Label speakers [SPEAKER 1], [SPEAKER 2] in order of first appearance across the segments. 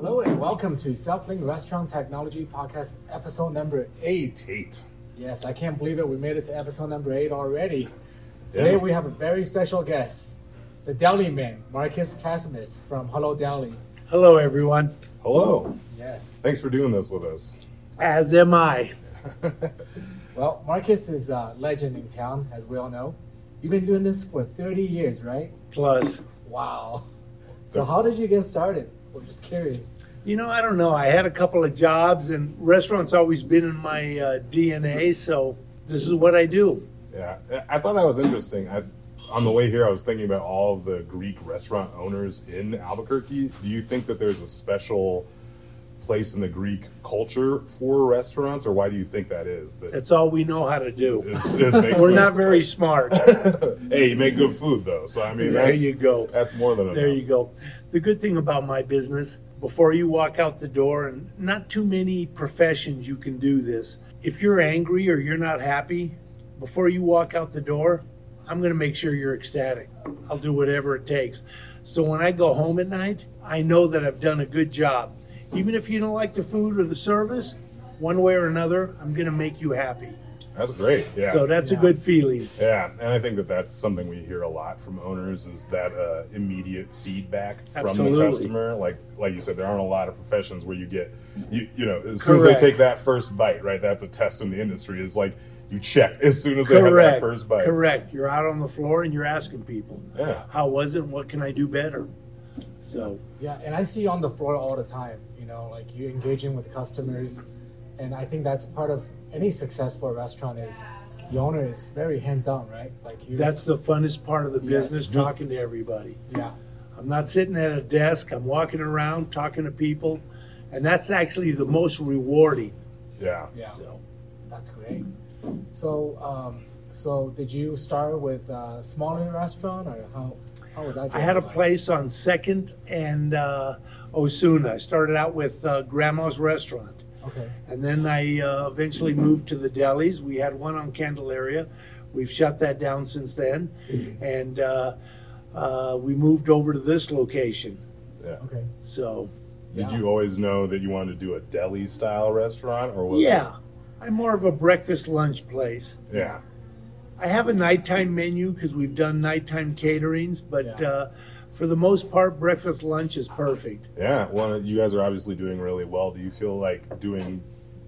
[SPEAKER 1] welcome to Selfling Restaurant Technology Podcast, episode number eight.
[SPEAKER 2] Eight.
[SPEAKER 1] Yes, I can't believe it. We made it to episode number eight already. Today we have a very special guest, the deli man, Marcus Casimis from Hello Deli.
[SPEAKER 3] Hello, everyone.
[SPEAKER 2] Hello.
[SPEAKER 1] Yes.
[SPEAKER 2] Thanks for doing this with us.
[SPEAKER 3] As am I.
[SPEAKER 1] Well, Marcus is a legend in town, as we all know. You've been doing this for 30 years, right?
[SPEAKER 3] Plus,
[SPEAKER 1] Wow. So how did you get started? We're just curious.
[SPEAKER 3] you know, I don't know. I had a couple of jobs, and restaurants always been in my uh, DNA. So this is what I do.
[SPEAKER 2] yeah, I I thought that was interesting. I, on the way here, I was thinking about all the Greek restaurant owners in Albuquerque. Do you think that there's a special place in the Greek culture for restaurants, or why do you think that is? That
[SPEAKER 3] That's all we know how to do.
[SPEAKER 2] is- is make
[SPEAKER 3] We're
[SPEAKER 2] food.
[SPEAKER 3] not very smart.
[SPEAKER 2] hey, you make good food though, so I mean,
[SPEAKER 3] There
[SPEAKER 2] that's,
[SPEAKER 3] you go.
[SPEAKER 2] That's more than enough.
[SPEAKER 3] There you go. The good thing about my business, before you walk out the door, and not too many professions you can do this, if you're angry or you're not happy, before you walk out the door, I'm going to make sure you're ecstatic. I'll do whatever it takes. So when I go home at night, I know that I've done a good job. Even if you don't like the food or the service, one way or another, I'm going to make you happy.
[SPEAKER 2] That's great. Yeah.
[SPEAKER 3] So that's
[SPEAKER 1] Yeah.
[SPEAKER 3] a good feeling.
[SPEAKER 2] Yeah, and I think that that's something we hear a lot from owners is that uh, immediate feedback from the
[SPEAKER 3] Absolutely.
[SPEAKER 2] customer. Like like you said, there aren't a lot of professions where you get you you know as soon as
[SPEAKER 3] Correct.
[SPEAKER 2] they take that first bite, right? That's a test in the industry. Is like you check as soon as they have that
[SPEAKER 3] Correct.
[SPEAKER 2] first bite.
[SPEAKER 3] Correct. You're out on the floor and you're asking people.
[SPEAKER 2] Yeah.
[SPEAKER 3] How was it? What can I do better? So
[SPEAKER 1] Yeah, and I see you on the floor all the time, you know, like you engaging with customers. And I think that's part of any successful restaurant is the owner is very hands on, right? Like you
[SPEAKER 3] that's the funnest part of the
[SPEAKER 1] Yes.
[SPEAKER 3] business, talking to everybody.
[SPEAKER 1] yeah.
[SPEAKER 3] I'm not sitting at a desk, I'm walking around talking to people, and that's actually the most rewarding.
[SPEAKER 2] Yeah.
[SPEAKER 1] Yeah.
[SPEAKER 3] So
[SPEAKER 1] That's great. So um so did you start with a smaller restaurant or how how was that?
[SPEAKER 3] I had a
[SPEAKER 1] going?
[SPEAKER 3] place on Second and uh, Osuna. I started out with uh, Grandma's Restaurant.
[SPEAKER 1] Okay.
[SPEAKER 3] And then I uh, eventually moved to the delis. We had one on Candelaria. We've shut that down since then. And uh, uh, we moved over to this location.
[SPEAKER 2] Yeah.
[SPEAKER 1] Okay.
[SPEAKER 3] So,
[SPEAKER 2] Did
[SPEAKER 1] Yeah.
[SPEAKER 2] you always know that you wanted to do a deli style restaurant, or was it-
[SPEAKER 3] yeah, I'm more of a breakfast lunch place.
[SPEAKER 2] yeah
[SPEAKER 3] I have a nighttime menu because we've done nighttime caterings, but
[SPEAKER 1] Yeah.
[SPEAKER 3] uh, for the most part, breakfast lunch is perfect.
[SPEAKER 2] yeah? Well, you guys are obviously doing really well. Do you feel like doing?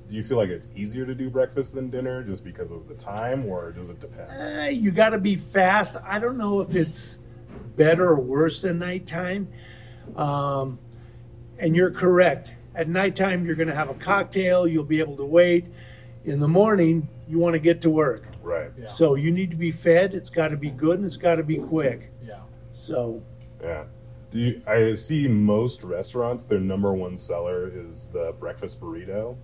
[SPEAKER 2] Do you feel like it's easier to do breakfast than dinner just because of the time, or does it depend?
[SPEAKER 3] Eh, you got to be fast. I don't know if it's better or worse than nighttime. Um, and you're correct. At nighttime, you're going to have a cocktail. You'll be able to wait. In the morning, you want to get to work.
[SPEAKER 2] Right.
[SPEAKER 1] Yeah.
[SPEAKER 3] So you need to be fed. It's got to be good and it's got to be quick.
[SPEAKER 1] Yeah.
[SPEAKER 3] So
[SPEAKER 2] Yeah. Do you, I see most restaurants their number one seller is the breakfast burrito.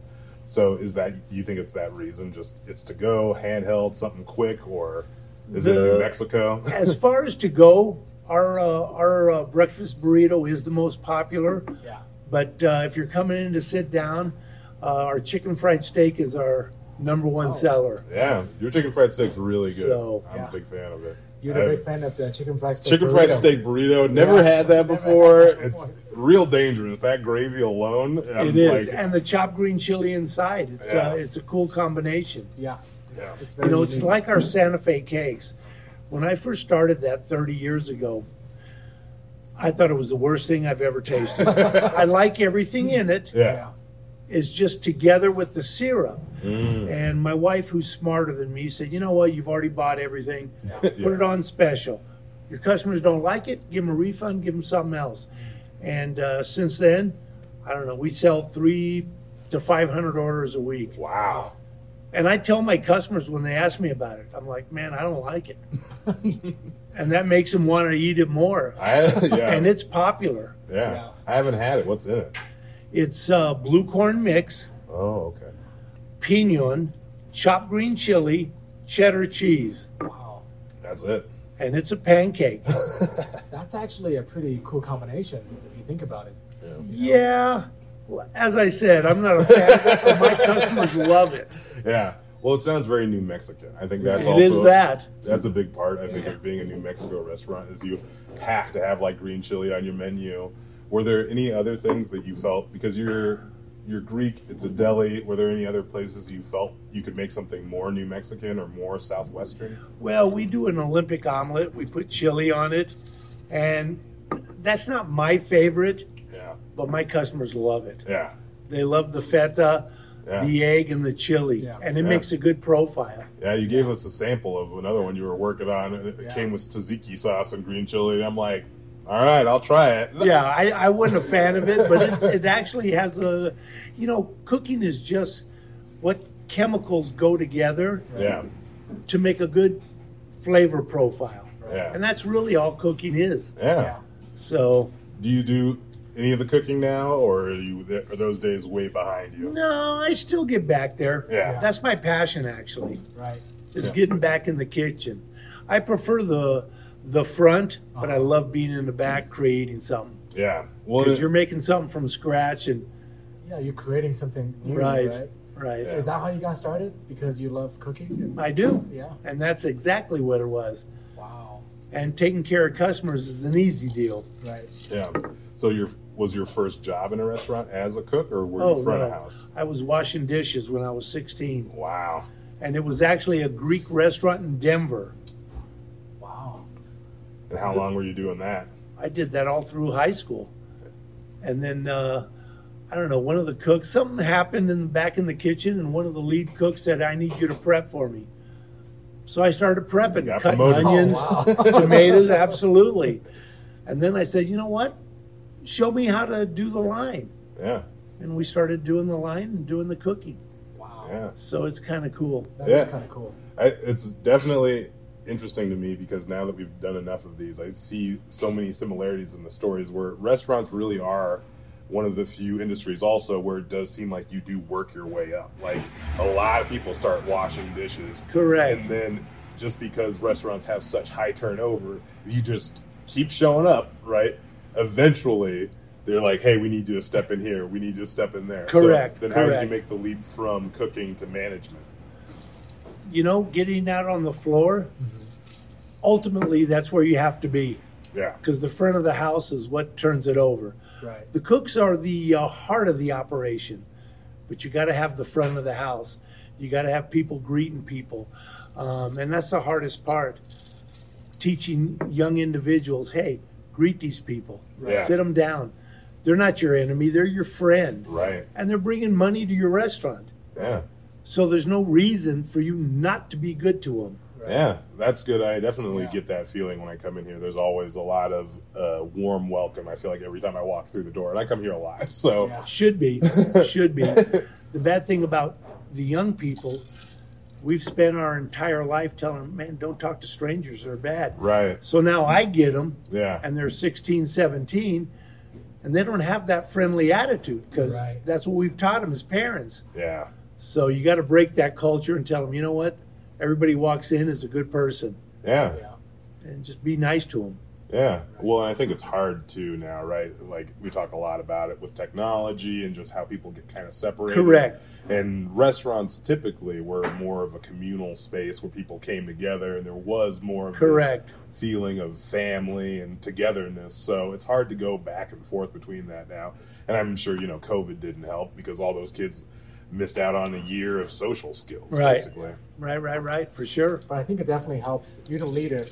[SPEAKER 2] So is that do you think it's that reason? Just it's to go, handheld, something quick, or is it
[SPEAKER 3] The-
[SPEAKER 2] New Mexico?
[SPEAKER 3] as far as to go, our uh, our uh, breakfast burrito is the most popular.
[SPEAKER 1] Yeah.
[SPEAKER 3] But uh, if you're coming in to sit down, uh, our chicken fried steak is our number one
[SPEAKER 1] Oh.
[SPEAKER 3] seller.
[SPEAKER 2] yeah, your chicken fried steak's really good.
[SPEAKER 3] So,
[SPEAKER 2] I'm
[SPEAKER 1] yeah.
[SPEAKER 2] a big fan of it.
[SPEAKER 1] You're the
[SPEAKER 2] I-
[SPEAKER 1] big fan of the chicken fried steak.
[SPEAKER 2] Chicken fried
[SPEAKER 1] burrito.
[SPEAKER 2] steak burrito. Never
[SPEAKER 1] Yeah.
[SPEAKER 2] had that
[SPEAKER 1] Never had
[SPEAKER 2] before.
[SPEAKER 1] that
[SPEAKER 2] It's
[SPEAKER 1] before.
[SPEAKER 2] real dangerous. That gravy alone. I'm
[SPEAKER 3] It is,
[SPEAKER 2] like-
[SPEAKER 3] and the chopped green chili inside. It's
[SPEAKER 2] Yeah.
[SPEAKER 3] uh, it's a cool combination.
[SPEAKER 1] Yeah.
[SPEAKER 2] Yeah.
[SPEAKER 1] It's
[SPEAKER 3] You
[SPEAKER 1] very
[SPEAKER 3] know, it's
[SPEAKER 1] unique.
[SPEAKER 3] like our Santa Fe cakes. When I first started that 30 years ago, I thought it was the worst thing I've ever tasted. I like everything in it.
[SPEAKER 2] yeah.
[SPEAKER 3] It's just together with the syrup.
[SPEAKER 2] Mm.
[SPEAKER 3] And my wife, who's smarter than me, said, "You know what? You've already bought everything. Put it on special. Your customers don't like it. Give them a refund. Give them something else." And uh, since then, I don't know. We sell three to five hundred orders a week.
[SPEAKER 2] Wow.
[SPEAKER 3] And I tell my customers when they ask me about it, I'm like, "Man, I don't like it," and that makes them want to eat it more.
[SPEAKER 2] I, yeah.
[SPEAKER 3] And it's popular.
[SPEAKER 2] yeah.
[SPEAKER 1] Yeah.
[SPEAKER 2] I haven't had it. What's in it?
[SPEAKER 3] It's uh, blue corn mix,
[SPEAKER 2] Oh, okay.
[SPEAKER 3] pinion, chopped green chili, cheddar cheese.
[SPEAKER 1] Wow.
[SPEAKER 2] That's it.
[SPEAKER 3] and it's a pancake.
[SPEAKER 1] That's actually a pretty cool combination if you think about it.
[SPEAKER 3] yeah. Well, As I said, I'm not a fan of it, but my customers love it.
[SPEAKER 2] Yeah. Well, it sounds very New Mexican. I think that's
[SPEAKER 3] It
[SPEAKER 2] also
[SPEAKER 3] is that.
[SPEAKER 2] That's a big part. I think of being a New Mexico restaurant is you have to have like green chili on your menu, Were there any other things that you felt because you're you're Greek? It's a deli. Were there any other places you felt you could make something more New Mexican or more Southwestern?
[SPEAKER 3] Well, we do an Olympic omelet. We put chili on it, and that's not my favorite,
[SPEAKER 2] Yeah,
[SPEAKER 3] but my customers love it.
[SPEAKER 2] yeah,
[SPEAKER 3] They love the feta,
[SPEAKER 2] yeah.
[SPEAKER 3] the egg, and the chili,
[SPEAKER 1] Yeah.
[SPEAKER 3] and it
[SPEAKER 2] Yeah.
[SPEAKER 3] makes a good profile.
[SPEAKER 2] Yeah, you gave us a sample of another one you were working on. and It
[SPEAKER 1] Yeah.
[SPEAKER 2] came with tzatziki sauce and green chili, and I'm like, all right, I'll try it.
[SPEAKER 3] Yeah, I, I wasn't a fan of it, but it's, it actually has a, you know, cooking is just what chemicals go together
[SPEAKER 2] yeah,
[SPEAKER 3] to make a good flavor profile.
[SPEAKER 2] yeah,
[SPEAKER 3] And that's really all cooking is.
[SPEAKER 2] yeah.
[SPEAKER 3] So,
[SPEAKER 2] Do you do any of the cooking now, or are you are those days way behind you?
[SPEAKER 3] no, I still get back there.
[SPEAKER 2] Yeah.
[SPEAKER 3] That's my passion, actually,
[SPEAKER 1] Right.
[SPEAKER 3] is
[SPEAKER 2] Yeah.
[SPEAKER 3] getting back in the kitchen. I prefer the the front, but I
[SPEAKER 2] Uh-huh.
[SPEAKER 3] love being in the back creating something.
[SPEAKER 2] Yeah. Well,
[SPEAKER 3] Because
[SPEAKER 2] it-
[SPEAKER 3] you're making something from scratch and,
[SPEAKER 1] Yeah, you're creating something new,
[SPEAKER 3] Right.
[SPEAKER 1] right?
[SPEAKER 3] right.
[SPEAKER 1] Is that how you got started? Because you love cooking?
[SPEAKER 3] I do.
[SPEAKER 1] Yeah.
[SPEAKER 3] And that's exactly what it was.
[SPEAKER 1] Wow.
[SPEAKER 3] And taking care of customers is an easy deal.
[SPEAKER 1] Right.
[SPEAKER 2] yeah. So your was your first job in a restaurant as a cook, or were
[SPEAKER 3] Oh,
[SPEAKER 2] you front
[SPEAKER 3] no.
[SPEAKER 2] of house?
[SPEAKER 3] I was washing dishes when I was 16,
[SPEAKER 2] Wow.
[SPEAKER 3] and it was actually a Greek restaurant in Denver.
[SPEAKER 1] Wow.
[SPEAKER 2] And how long were you doing that?
[SPEAKER 3] I did that all through high school. And then, uh, I don't know, one of the cooks, something happened in back in the kitchen, and one of the lead cooks said, I need you to prep for me. So I started prepping,
[SPEAKER 2] got
[SPEAKER 3] cutting
[SPEAKER 2] promoted. Oh,
[SPEAKER 3] onions,
[SPEAKER 1] wow.
[SPEAKER 3] tomatoes, absolutely. And then I said, you know what? Show me how to do the line.
[SPEAKER 2] Yeah.
[SPEAKER 3] And we started doing the line and doing the cooking.
[SPEAKER 1] Wow.
[SPEAKER 3] Oh.
[SPEAKER 2] Yeah.
[SPEAKER 3] So it's kind of cool.
[SPEAKER 1] That
[SPEAKER 2] Yeah.
[SPEAKER 1] kind of cool.
[SPEAKER 2] I, it's definitely interesting to me because now that we've done enough of these, I see so many similarities in the stories where restaurants really are one of the few industries also where it does seem like you do work your way up. Like a lot of people start washing dishes.
[SPEAKER 3] Correct.
[SPEAKER 2] And then just because restaurants have such high turnover, you just keep showing up, right? Eventually they're like, hey, we need you to step in here. We need you to step in there. So
[SPEAKER 3] Correct,
[SPEAKER 2] then how did you
[SPEAKER 3] correct.
[SPEAKER 2] make the leap from cooking to management?
[SPEAKER 3] You know, getting out on the floor,
[SPEAKER 2] Mm-hmm.
[SPEAKER 3] ultimately, that's where you have to be
[SPEAKER 2] Yeah.
[SPEAKER 3] because the front of the house is what turns it over.
[SPEAKER 1] Right.
[SPEAKER 3] The cooks are the uh, heart of the operation, but you got to have the front of the house. You got to have people greeting people. Um, and that's the hardest part teaching young individuals hey, greet these people,
[SPEAKER 2] Yeah.
[SPEAKER 3] sit them down. They're not your enemy, they're your friend.
[SPEAKER 2] Right.
[SPEAKER 3] And they're bringing money to your restaurant.
[SPEAKER 2] Yeah.
[SPEAKER 3] So there's no reason for you not to be good to them.
[SPEAKER 1] Right.
[SPEAKER 2] Yeah, that's good. I definitely
[SPEAKER 1] Yeah.
[SPEAKER 2] get that feeling when I come in here. There's always a lot of uh, warm welcome. I feel like every time I walk through the door, and I come here a lot. So,
[SPEAKER 1] Yeah.
[SPEAKER 3] Should be, should be. The bad thing about the young people, we've spent our entire life telling them, man, don't talk to strangers, they're bad.
[SPEAKER 2] right.
[SPEAKER 3] So now I get them,
[SPEAKER 2] Yeah.
[SPEAKER 3] and they're 16, 17, and they don't have that friendly attitude because
[SPEAKER 1] Right.
[SPEAKER 3] that's what we've taught them as parents.
[SPEAKER 2] yeah.
[SPEAKER 3] So you got to break that culture and tell them, you know what? Everybody walks in as a good person
[SPEAKER 2] Yeah.
[SPEAKER 1] Yeah.
[SPEAKER 3] and just be nice to them.
[SPEAKER 2] Yeah. Well, and I think it's hard too now, right? Like we talk a lot about it with technology and just how people get kind of separated.
[SPEAKER 3] Correct.
[SPEAKER 2] And restaurants typically were more of a communal space where people came together, and there was more of this
[SPEAKER 3] Correct.
[SPEAKER 2] feeling of family and togetherness. So it's hard to go back and forth between that now. And I'm sure you know COVID didn't help because all those kids missed out on a year of social skills,
[SPEAKER 3] Right.
[SPEAKER 2] basically.
[SPEAKER 3] Right, right, right, for sure.
[SPEAKER 1] But I think it definitely helps. You're the leader,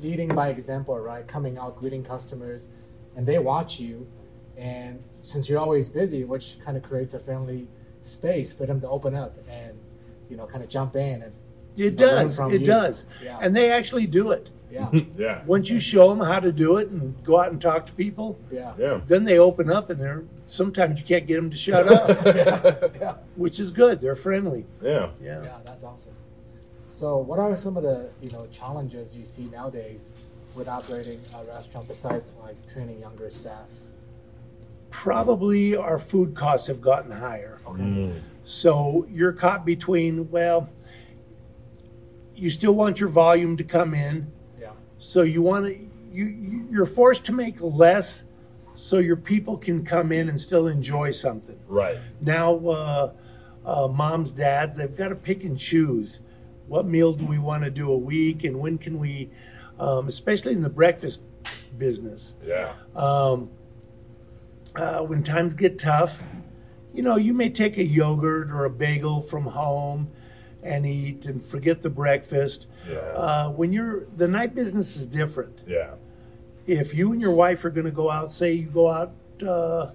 [SPEAKER 1] leading by example, right? Coming out, greeting customers, and they watch you. And since you're always busy, which kind of creates a friendly space for them to open up and, you know, kind of jump in. And
[SPEAKER 3] It
[SPEAKER 1] Learn
[SPEAKER 3] does.
[SPEAKER 1] from
[SPEAKER 3] It
[SPEAKER 1] you.
[SPEAKER 3] does.
[SPEAKER 1] Yeah.
[SPEAKER 3] And they actually do it.
[SPEAKER 1] yeah,
[SPEAKER 2] Yeah.
[SPEAKER 3] Once you show them how to do it and go out and talk to people,
[SPEAKER 1] yeah,
[SPEAKER 2] Yeah.
[SPEAKER 3] then they open up and they're sometimes you can't get them to shut up,
[SPEAKER 1] yeah,
[SPEAKER 3] which is good. They're friendly.
[SPEAKER 2] Yeah.
[SPEAKER 3] Yeah.
[SPEAKER 1] yeah. That's awesome. So, what are some of the you know challenges you see nowadays with operating a restaurant besides like training younger staff?
[SPEAKER 3] Probably our food costs have gotten higher.
[SPEAKER 1] Okay.
[SPEAKER 3] So you're caught between, well, you still want your volume to come in,
[SPEAKER 1] Yeah.
[SPEAKER 3] so you want to you you- you're forced to make less so your people can come in and still enjoy something.
[SPEAKER 2] Right.
[SPEAKER 3] now uh, uh, moms dads they've got to pick and choose what meal do we want to do a week and when can we um, especially in the breakfast business
[SPEAKER 2] Yeah.
[SPEAKER 3] um, uh, when times get tough, you know, you may take a yogurt or a bagel from home and eat and forget the breakfast.
[SPEAKER 2] Yeah.
[SPEAKER 3] Uh, when you're the night business is different.
[SPEAKER 2] yeah.
[SPEAKER 3] If you and your wife are going to go out, say you go out uh,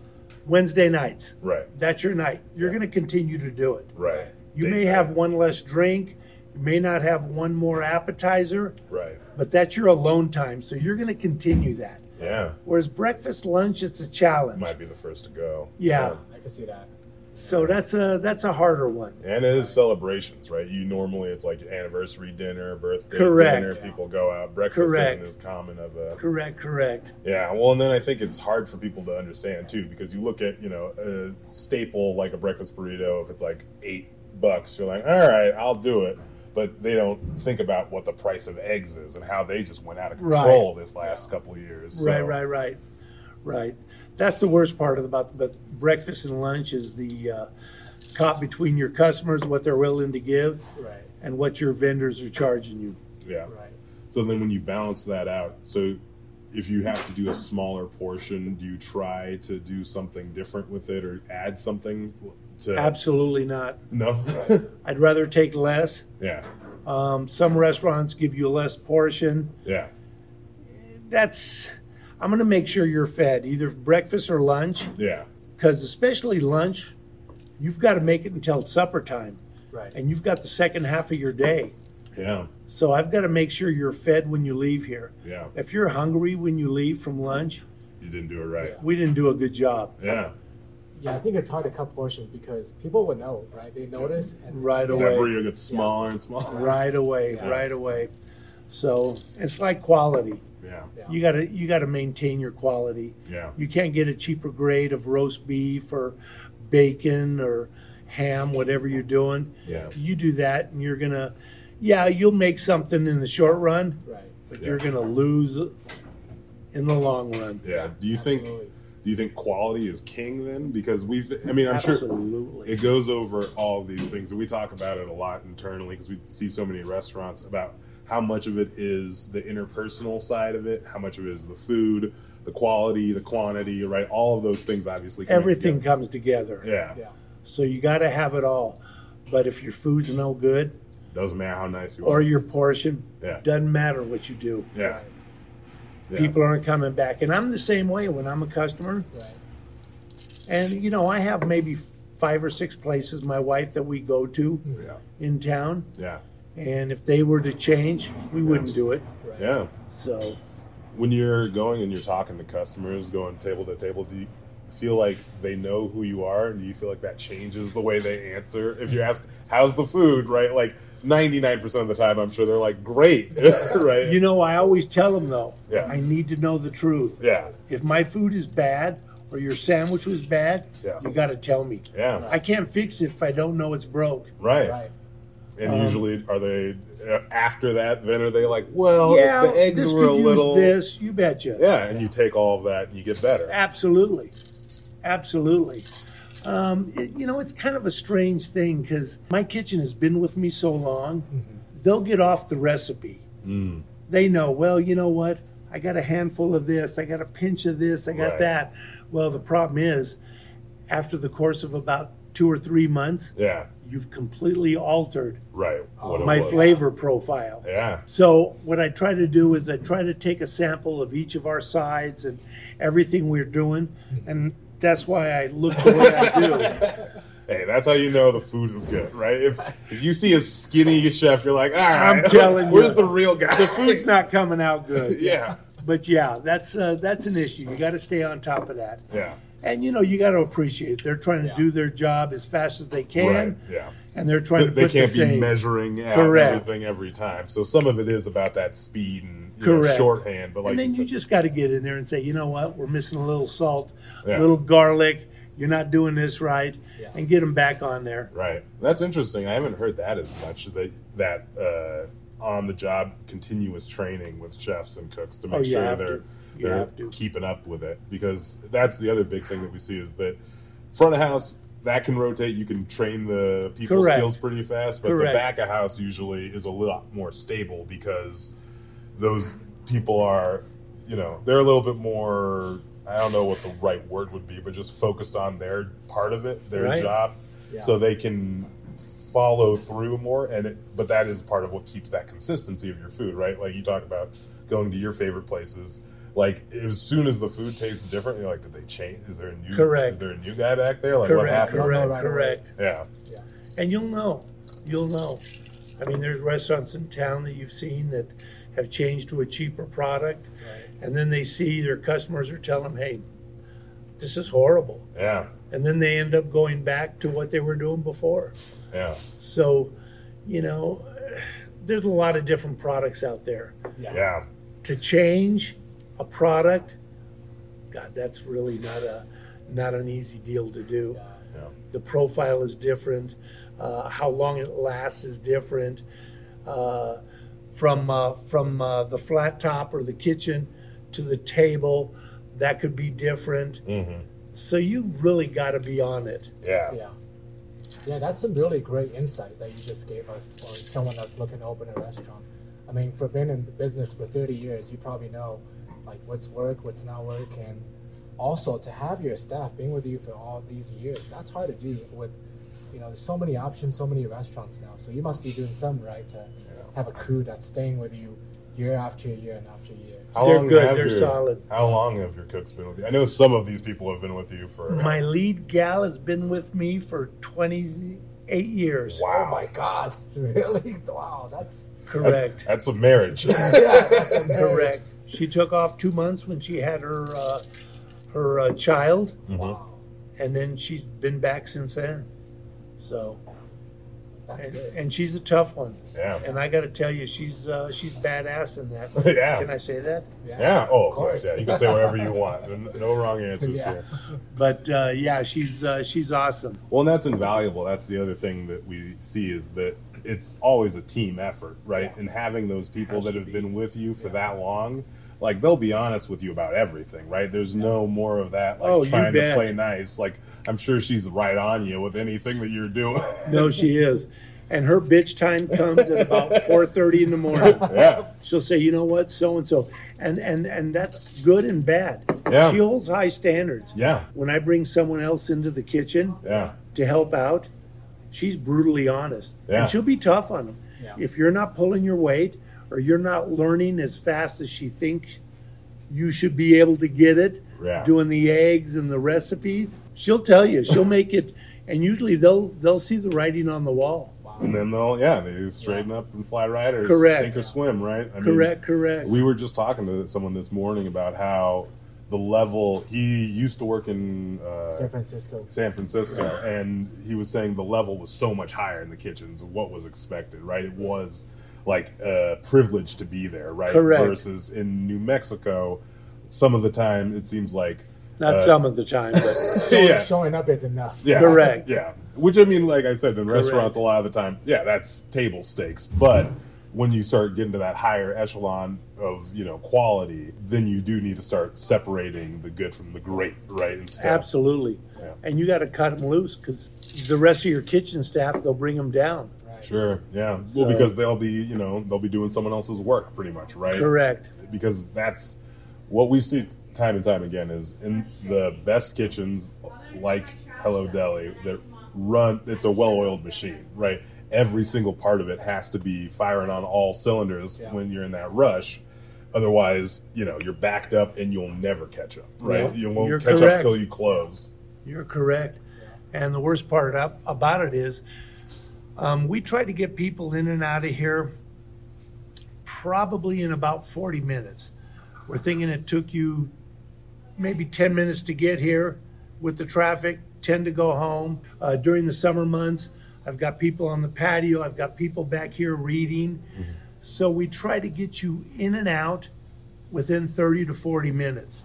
[SPEAKER 3] Wednesday nights,
[SPEAKER 2] Right.
[SPEAKER 3] that's your night. You're going to continue to do it.
[SPEAKER 2] Right.
[SPEAKER 3] You
[SPEAKER 2] Date
[SPEAKER 3] may
[SPEAKER 2] night.
[SPEAKER 3] have one less drink, you may not have one more appetizer,
[SPEAKER 2] Right.
[SPEAKER 3] but that's your alone time. So you're going to continue that.
[SPEAKER 2] Yeah.
[SPEAKER 3] Whereas breakfast, lunch, it's a challenge.
[SPEAKER 2] Might be the first to go.
[SPEAKER 3] yeah.
[SPEAKER 1] I can see that.
[SPEAKER 3] So that's a that's a harder one.
[SPEAKER 2] And it is celebrations, right? You normally it's like anniversary dinner, birthday
[SPEAKER 3] Correct.
[SPEAKER 2] dinner. People go out. Breakfast
[SPEAKER 3] Correct.
[SPEAKER 2] isn't as common of a.
[SPEAKER 3] Correct, correct.
[SPEAKER 2] Yeah, well, and then I think it's hard for people to understand too because you look at you know a staple like a breakfast burrito if it's like eight bucks, you're like, all right, I'll do it. But they don't think about what the price of eggs is and how they just went out of
[SPEAKER 3] Right.
[SPEAKER 2] control this last couple of years.
[SPEAKER 3] Right,
[SPEAKER 2] So,
[SPEAKER 3] right, right, right. That's the worst part about the but breakfast and lunch is the uh, caught between your customers, what they're willing to give,
[SPEAKER 1] Right.
[SPEAKER 3] and what your vendors are charging you.
[SPEAKER 2] Yeah.
[SPEAKER 1] Right.
[SPEAKER 2] So then when you balance that out, so if you have to do a smaller portion, do you try to do something different with it or add something to?
[SPEAKER 3] Absolutely not.
[SPEAKER 2] No.
[SPEAKER 3] I'd rather take less.
[SPEAKER 2] yeah.
[SPEAKER 3] Um, some restaurants give you less portion.
[SPEAKER 2] Yeah.
[SPEAKER 3] That's I'm going to make sure you're fed either breakfast or lunch
[SPEAKER 2] Yeah.
[SPEAKER 3] because especially lunch, you've got to make it until supper time,
[SPEAKER 1] Right.
[SPEAKER 3] and you've got the second half of your day.
[SPEAKER 2] Yeah.
[SPEAKER 3] So I've got to make sure you're fed when you leave here.
[SPEAKER 2] Yeah.
[SPEAKER 3] If you're hungry when you leave from lunch,
[SPEAKER 2] You didn't do it right.
[SPEAKER 3] we didn't do a good job.
[SPEAKER 2] Yeah.
[SPEAKER 1] Yeah, I think it's hard to cut portions because people would know, right? They notice and
[SPEAKER 3] Right
[SPEAKER 2] That
[SPEAKER 3] away.
[SPEAKER 2] burrito gets smaller and smaller.
[SPEAKER 3] Right away. Right away. So it's like quality.
[SPEAKER 2] Yeah.
[SPEAKER 1] Yeah.
[SPEAKER 3] You gotta you gotta maintain your quality.
[SPEAKER 2] Yeah.
[SPEAKER 3] You can't get a cheaper grade of roast beef or bacon or ham, whatever you're doing.
[SPEAKER 2] Yeah.
[SPEAKER 3] You do that and you're gonna yeah, you'll make something in the short run,
[SPEAKER 1] right.
[SPEAKER 3] but
[SPEAKER 2] Yeah.
[SPEAKER 3] you're gonna lose in the long run.
[SPEAKER 2] Yeah. Do you think
[SPEAKER 1] Absolutely.
[SPEAKER 2] do you think quality is king then? Because we've I mean I'm sure
[SPEAKER 3] Absolutely.
[SPEAKER 2] it goes over all these things and we talk about it a lot internally because we see so many restaurants about how much of it is the interpersonal side of it, how much of it is the food, the quality, the quantity, right? All of those things obviously. come
[SPEAKER 3] Everything
[SPEAKER 2] together.
[SPEAKER 3] comes together.
[SPEAKER 2] Yeah.
[SPEAKER 1] Yeah.
[SPEAKER 3] So you got to have it all. But if your food's no good
[SPEAKER 2] Doesn't matter how nice you
[SPEAKER 3] or
[SPEAKER 2] are.
[SPEAKER 3] your portion,
[SPEAKER 2] Yeah.
[SPEAKER 3] doesn't matter what you do.
[SPEAKER 2] Yeah.
[SPEAKER 1] Right.
[SPEAKER 2] yeah.
[SPEAKER 3] People aren't coming back. And I'm the same way when I'm a customer.
[SPEAKER 1] Right.
[SPEAKER 3] And, you know, I have maybe five or six places, my wife, that we go to
[SPEAKER 2] Yeah.
[SPEAKER 3] in town.
[SPEAKER 2] Yeah.
[SPEAKER 3] And if they were to change, we wouldn't do it.
[SPEAKER 1] Right.
[SPEAKER 2] Yeah.
[SPEAKER 3] So
[SPEAKER 2] when you're going and you're talking to customers going table to table do you feel like they know who you are and do you feel like that changes the way they answer if you ask how's the food right like 99% of the time i'm sure they're like great right
[SPEAKER 3] You know, I always tell them though,
[SPEAKER 2] Yeah.
[SPEAKER 3] I need to know the truth.
[SPEAKER 2] yeah
[SPEAKER 3] If my food is bad or your sandwich was bad,
[SPEAKER 2] Yeah.
[SPEAKER 3] you got to tell me.
[SPEAKER 2] yeah
[SPEAKER 3] I can't fix it if I don't know it's broke.
[SPEAKER 2] right,
[SPEAKER 1] Right.
[SPEAKER 2] and
[SPEAKER 3] Um,
[SPEAKER 2] usually are they uh, after that then are they like well
[SPEAKER 3] yeah,
[SPEAKER 2] the eggs
[SPEAKER 3] this
[SPEAKER 2] were
[SPEAKER 3] could
[SPEAKER 2] a little
[SPEAKER 3] use this. You betcha.
[SPEAKER 2] yeah and you take all of that and you get better
[SPEAKER 3] Absolutely, absolutely. Um, it- you know, it's kind of a strange thing because my kitchen has been with me so long.
[SPEAKER 2] Mm-hmm.
[SPEAKER 3] They'll get off the recipe.
[SPEAKER 2] Mm.
[SPEAKER 3] They know. Well, you know what? I got a handful of this. I got a pinch of this. I got
[SPEAKER 2] Right.
[SPEAKER 3] that. Well, the problem is, after the course of about two or three months,
[SPEAKER 2] yeah
[SPEAKER 3] you've completely altered
[SPEAKER 2] right what it
[SPEAKER 3] my
[SPEAKER 2] was.
[SPEAKER 3] flavor profile.
[SPEAKER 2] yeah
[SPEAKER 3] So what I try to do is I try to take a sample of each of our sides and everything we're doing, and that's why I look the way I do.
[SPEAKER 2] Hey, that's how you know the food is good, right? If if you see a skinny chef, you're like, all right,
[SPEAKER 3] I'm telling you.
[SPEAKER 2] where's the real guy? The
[SPEAKER 3] It's not coming out good.
[SPEAKER 2] yeah,
[SPEAKER 3] But yeah, that's uh, that's an issue. You got to stay on top of that,
[SPEAKER 2] yeah,
[SPEAKER 3] and you know you got to appreciate they're trying to
[SPEAKER 1] Yeah.
[SPEAKER 3] do their job as fast as they can,
[SPEAKER 2] right, yeah.
[SPEAKER 3] and they're trying
[SPEAKER 2] They,
[SPEAKER 3] to
[SPEAKER 2] they
[SPEAKER 3] put
[SPEAKER 2] can't
[SPEAKER 3] the
[SPEAKER 2] be
[SPEAKER 3] same.
[SPEAKER 2] measuring out
[SPEAKER 3] Correct.
[SPEAKER 2] everything every time. So some of it is about that speed and you know,
[SPEAKER 3] Correct.
[SPEAKER 2] shorthand, but like
[SPEAKER 3] and then
[SPEAKER 2] you said,
[SPEAKER 3] you just got to get in there and say, you know what, we're missing a little salt,
[SPEAKER 2] Yeah.
[SPEAKER 3] a little garlic. You're not doing this right,
[SPEAKER 1] Yeah.
[SPEAKER 3] and get them back on there.
[SPEAKER 2] right. That's interesting. I haven't heard that as much that that uh, on the job continuous training with chefs and cooks to make
[SPEAKER 3] Oh, you
[SPEAKER 2] sure
[SPEAKER 3] have
[SPEAKER 2] they're
[SPEAKER 3] to. You
[SPEAKER 2] they're
[SPEAKER 3] have to.
[SPEAKER 2] keeping up with it because that's the other big thing that we see is that front of house that can rotate you can train the people
[SPEAKER 3] Correct.
[SPEAKER 2] skills pretty fast but the
[SPEAKER 3] Correct.
[SPEAKER 2] back of house usually is a lot more stable because those people are you know they're a little bit more I don't know what the right word would be, but just focused on their part of it, their
[SPEAKER 3] Right.
[SPEAKER 2] job,
[SPEAKER 1] Yeah.
[SPEAKER 2] so they can follow through more. And it, but that is part of what keeps that consistency of your food, right? Like you talk about going to your favorite places. Like as soon as the food tastes different, you're like, did they change? Is there a new?
[SPEAKER 3] Correct.
[SPEAKER 2] Is there a new guy back there? Like what
[SPEAKER 3] correct,
[SPEAKER 2] happened?
[SPEAKER 3] correct,
[SPEAKER 1] Right away.
[SPEAKER 3] correct.
[SPEAKER 2] Yeah.
[SPEAKER 3] And you'll know. You'll know. I mean, there's restaurants in town that you've seen that have changed to a cheaper product, and then they see their customers are telling them, hey, this is horrible.
[SPEAKER 2] Yeah.
[SPEAKER 3] And then they end up going back to what they were doing before.
[SPEAKER 2] Yeah.
[SPEAKER 3] So, you know, there's a lot of different products out there.
[SPEAKER 1] Yeah.
[SPEAKER 2] Yeah.
[SPEAKER 3] To change a product, God, that's really not a not an easy deal to do
[SPEAKER 1] Yeah.
[SPEAKER 2] Yeah.
[SPEAKER 3] the profile is different, uh, how long it lasts is different. Uh, from uh, from uh, the flat top or the kitchen to the table, that could be different.
[SPEAKER 2] hmm
[SPEAKER 3] So you really got to be on it.
[SPEAKER 2] Yeah.
[SPEAKER 1] Yeah. Yeah, that's some really great insight that you just gave us, or someone that's looking to open a restaurant. I mean, for being in business for 30 years, you probably know like what's work, what's not work, and also to have your staff being with you for all these years. That's hard to do with, you know, there's so many options, so many restaurants now. So you must be doing something right to have a crew that's staying with you year after year and after year.
[SPEAKER 2] How
[SPEAKER 3] They're good,
[SPEAKER 2] have
[SPEAKER 3] they're
[SPEAKER 2] your-
[SPEAKER 3] solid.
[SPEAKER 2] How long have your cooks been with you? I know some of these people have been with you for.
[SPEAKER 3] My lead gal has been with me for 28 years.
[SPEAKER 2] Wow.
[SPEAKER 1] Oh my God! Really? Wow, that's
[SPEAKER 3] Correct.
[SPEAKER 2] That's a marriage. Mm-hmm.
[SPEAKER 3] Correct. She took off two months when she had her uh, her uh, child.
[SPEAKER 1] wow.
[SPEAKER 3] and then she's been back since then. So,
[SPEAKER 1] That's
[SPEAKER 3] and,
[SPEAKER 1] good.
[SPEAKER 3] and she's a tough one.
[SPEAKER 2] Yeah.
[SPEAKER 3] And I got to tell you, she's uh, she's badass in that.
[SPEAKER 2] Yeah.
[SPEAKER 3] Can I say that?
[SPEAKER 2] Yeah. Oh, of course.
[SPEAKER 1] course.
[SPEAKER 2] Yeah. You can say whatever you want. N- No wrong answers
[SPEAKER 1] Yeah.
[SPEAKER 2] here.
[SPEAKER 3] But uh, yeah, she's uh, she's awesome.
[SPEAKER 2] Well, and that's invaluable. That's the other thing that we see is that it's always a team effort, right? And having those people
[SPEAKER 3] Has
[SPEAKER 2] that
[SPEAKER 3] to
[SPEAKER 2] have
[SPEAKER 3] be.
[SPEAKER 2] been with you for that long, like they'll be honest with you about everything, right? There's no more of that, like
[SPEAKER 3] Oh, you
[SPEAKER 2] trying to
[SPEAKER 3] bet.
[SPEAKER 2] play nice. Like I'm sure she's right on you with anything that you're doing.
[SPEAKER 3] No, she is. And her bitch time comes at about four thirty in the morning.
[SPEAKER 2] yeah.
[SPEAKER 3] She'll say, you know what, so and so, and and and that's good and bad.
[SPEAKER 2] Yeah.
[SPEAKER 3] She holds high standards.
[SPEAKER 2] Yeah.
[SPEAKER 3] When I bring someone else into the kitchen,
[SPEAKER 2] Yeah.
[SPEAKER 3] to help out, she's brutally honest.
[SPEAKER 2] Yeah.
[SPEAKER 3] And she'll be tough on them.
[SPEAKER 1] Yeah.
[SPEAKER 3] If you're not pulling your weight or you're not learning as fast as she thinks you should be able to get it,
[SPEAKER 2] Yeah.
[SPEAKER 3] doing the eggs and the recipes, she'll tell you. She'll make it and usually they'll they'll see the writing on the wall.
[SPEAKER 2] And then they'll, yeah, they straighten up and fly right or
[SPEAKER 3] Correct.
[SPEAKER 2] sink or swim, right? I mean,
[SPEAKER 3] Correct, correct.
[SPEAKER 2] We were just talking to someone this morning about how the level, he used to work in uh,
[SPEAKER 1] San Francisco.
[SPEAKER 2] San Francisco, and he was saying the level was so much higher in the kitchens of what was expected, right? It was like a privilege to be there, right?
[SPEAKER 3] Correct.
[SPEAKER 2] Versus in New Mexico, some of the time it seems like.
[SPEAKER 3] not
[SPEAKER 2] uh,
[SPEAKER 3] some of the time, but
[SPEAKER 2] yeah.
[SPEAKER 1] Showing up is enough.
[SPEAKER 2] Yeah.
[SPEAKER 3] Correct.
[SPEAKER 2] Yeah. Which I mean, like I said, in restaurants, a lot of the time, yeah, that's table stakes. But when you start getting to that higher echelon of you know quality, then you do need to start separating the good from the great, right? And stuff.
[SPEAKER 3] absolutely.
[SPEAKER 2] Yeah.
[SPEAKER 3] And you got to cut them loose because the rest of your kitchen staff, they'll bring them down.
[SPEAKER 1] Right.
[SPEAKER 2] Sure. Yeah.
[SPEAKER 3] So-
[SPEAKER 2] well, because they'll be you know they'll be doing someone else's work pretty much, right?
[SPEAKER 3] Correct.
[SPEAKER 2] Because that's what we see time and time again is in the best kitchens like Hello Deli that run it's a well-oiled machine, right? Every single part of it has to be firing on all cylinders
[SPEAKER 1] Yeah.
[SPEAKER 2] when you're in that rush. Otherwise, you know, you're backed up and you'll never catch up, right?
[SPEAKER 3] Yeah.
[SPEAKER 2] you won't
[SPEAKER 3] You're
[SPEAKER 2] catch up
[SPEAKER 3] correct.
[SPEAKER 2] till you close.
[SPEAKER 3] You're correct. And the worst part ab- about it is, um, we try to get people in and out of here probably in about 40 minutes. We're thinking it took you maybe 10 minutes to get here with the traffic, 10 to go home. Uh, during the summer months, I've got people on the patio, I've got people back here reading. So we try to get you in and out within 30 to 40 minutes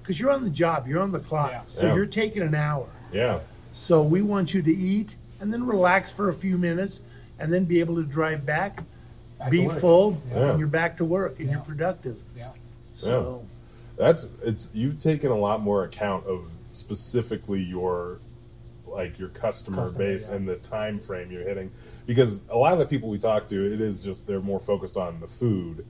[SPEAKER 3] because you're on the job, you're on the clock.
[SPEAKER 1] Yeah.
[SPEAKER 3] So
[SPEAKER 2] Yeah.
[SPEAKER 3] you're taking an hour.
[SPEAKER 2] Yeah.
[SPEAKER 3] So we want you to eat and then relax for a few minutes and then be able to drive back,
[SPEAKER 1] Back to
[SPEAKER 3] be
[SPEAKER 1] work.
[SPEAKER 3] full,
[SPEAKER 2] Yeah.
[SPEAKER 3] and you're back to work and
[SPEAKER 1] Yeah.
[SPEAKER 3] you're productive.
[SPEAKER 1] Yeah.
[SPEAKER 3] So
[SPEAKER 2] That's it's you've taken a lot more account of specifically your like your customer,
[SPEAKER 1] Customer,
[SPEAKER 2] base
[SPEAKER 1] yeah.
[SPEAKER 2] and the time frame you're hitting because a lot of the people we talk to it is just they're more focused on the food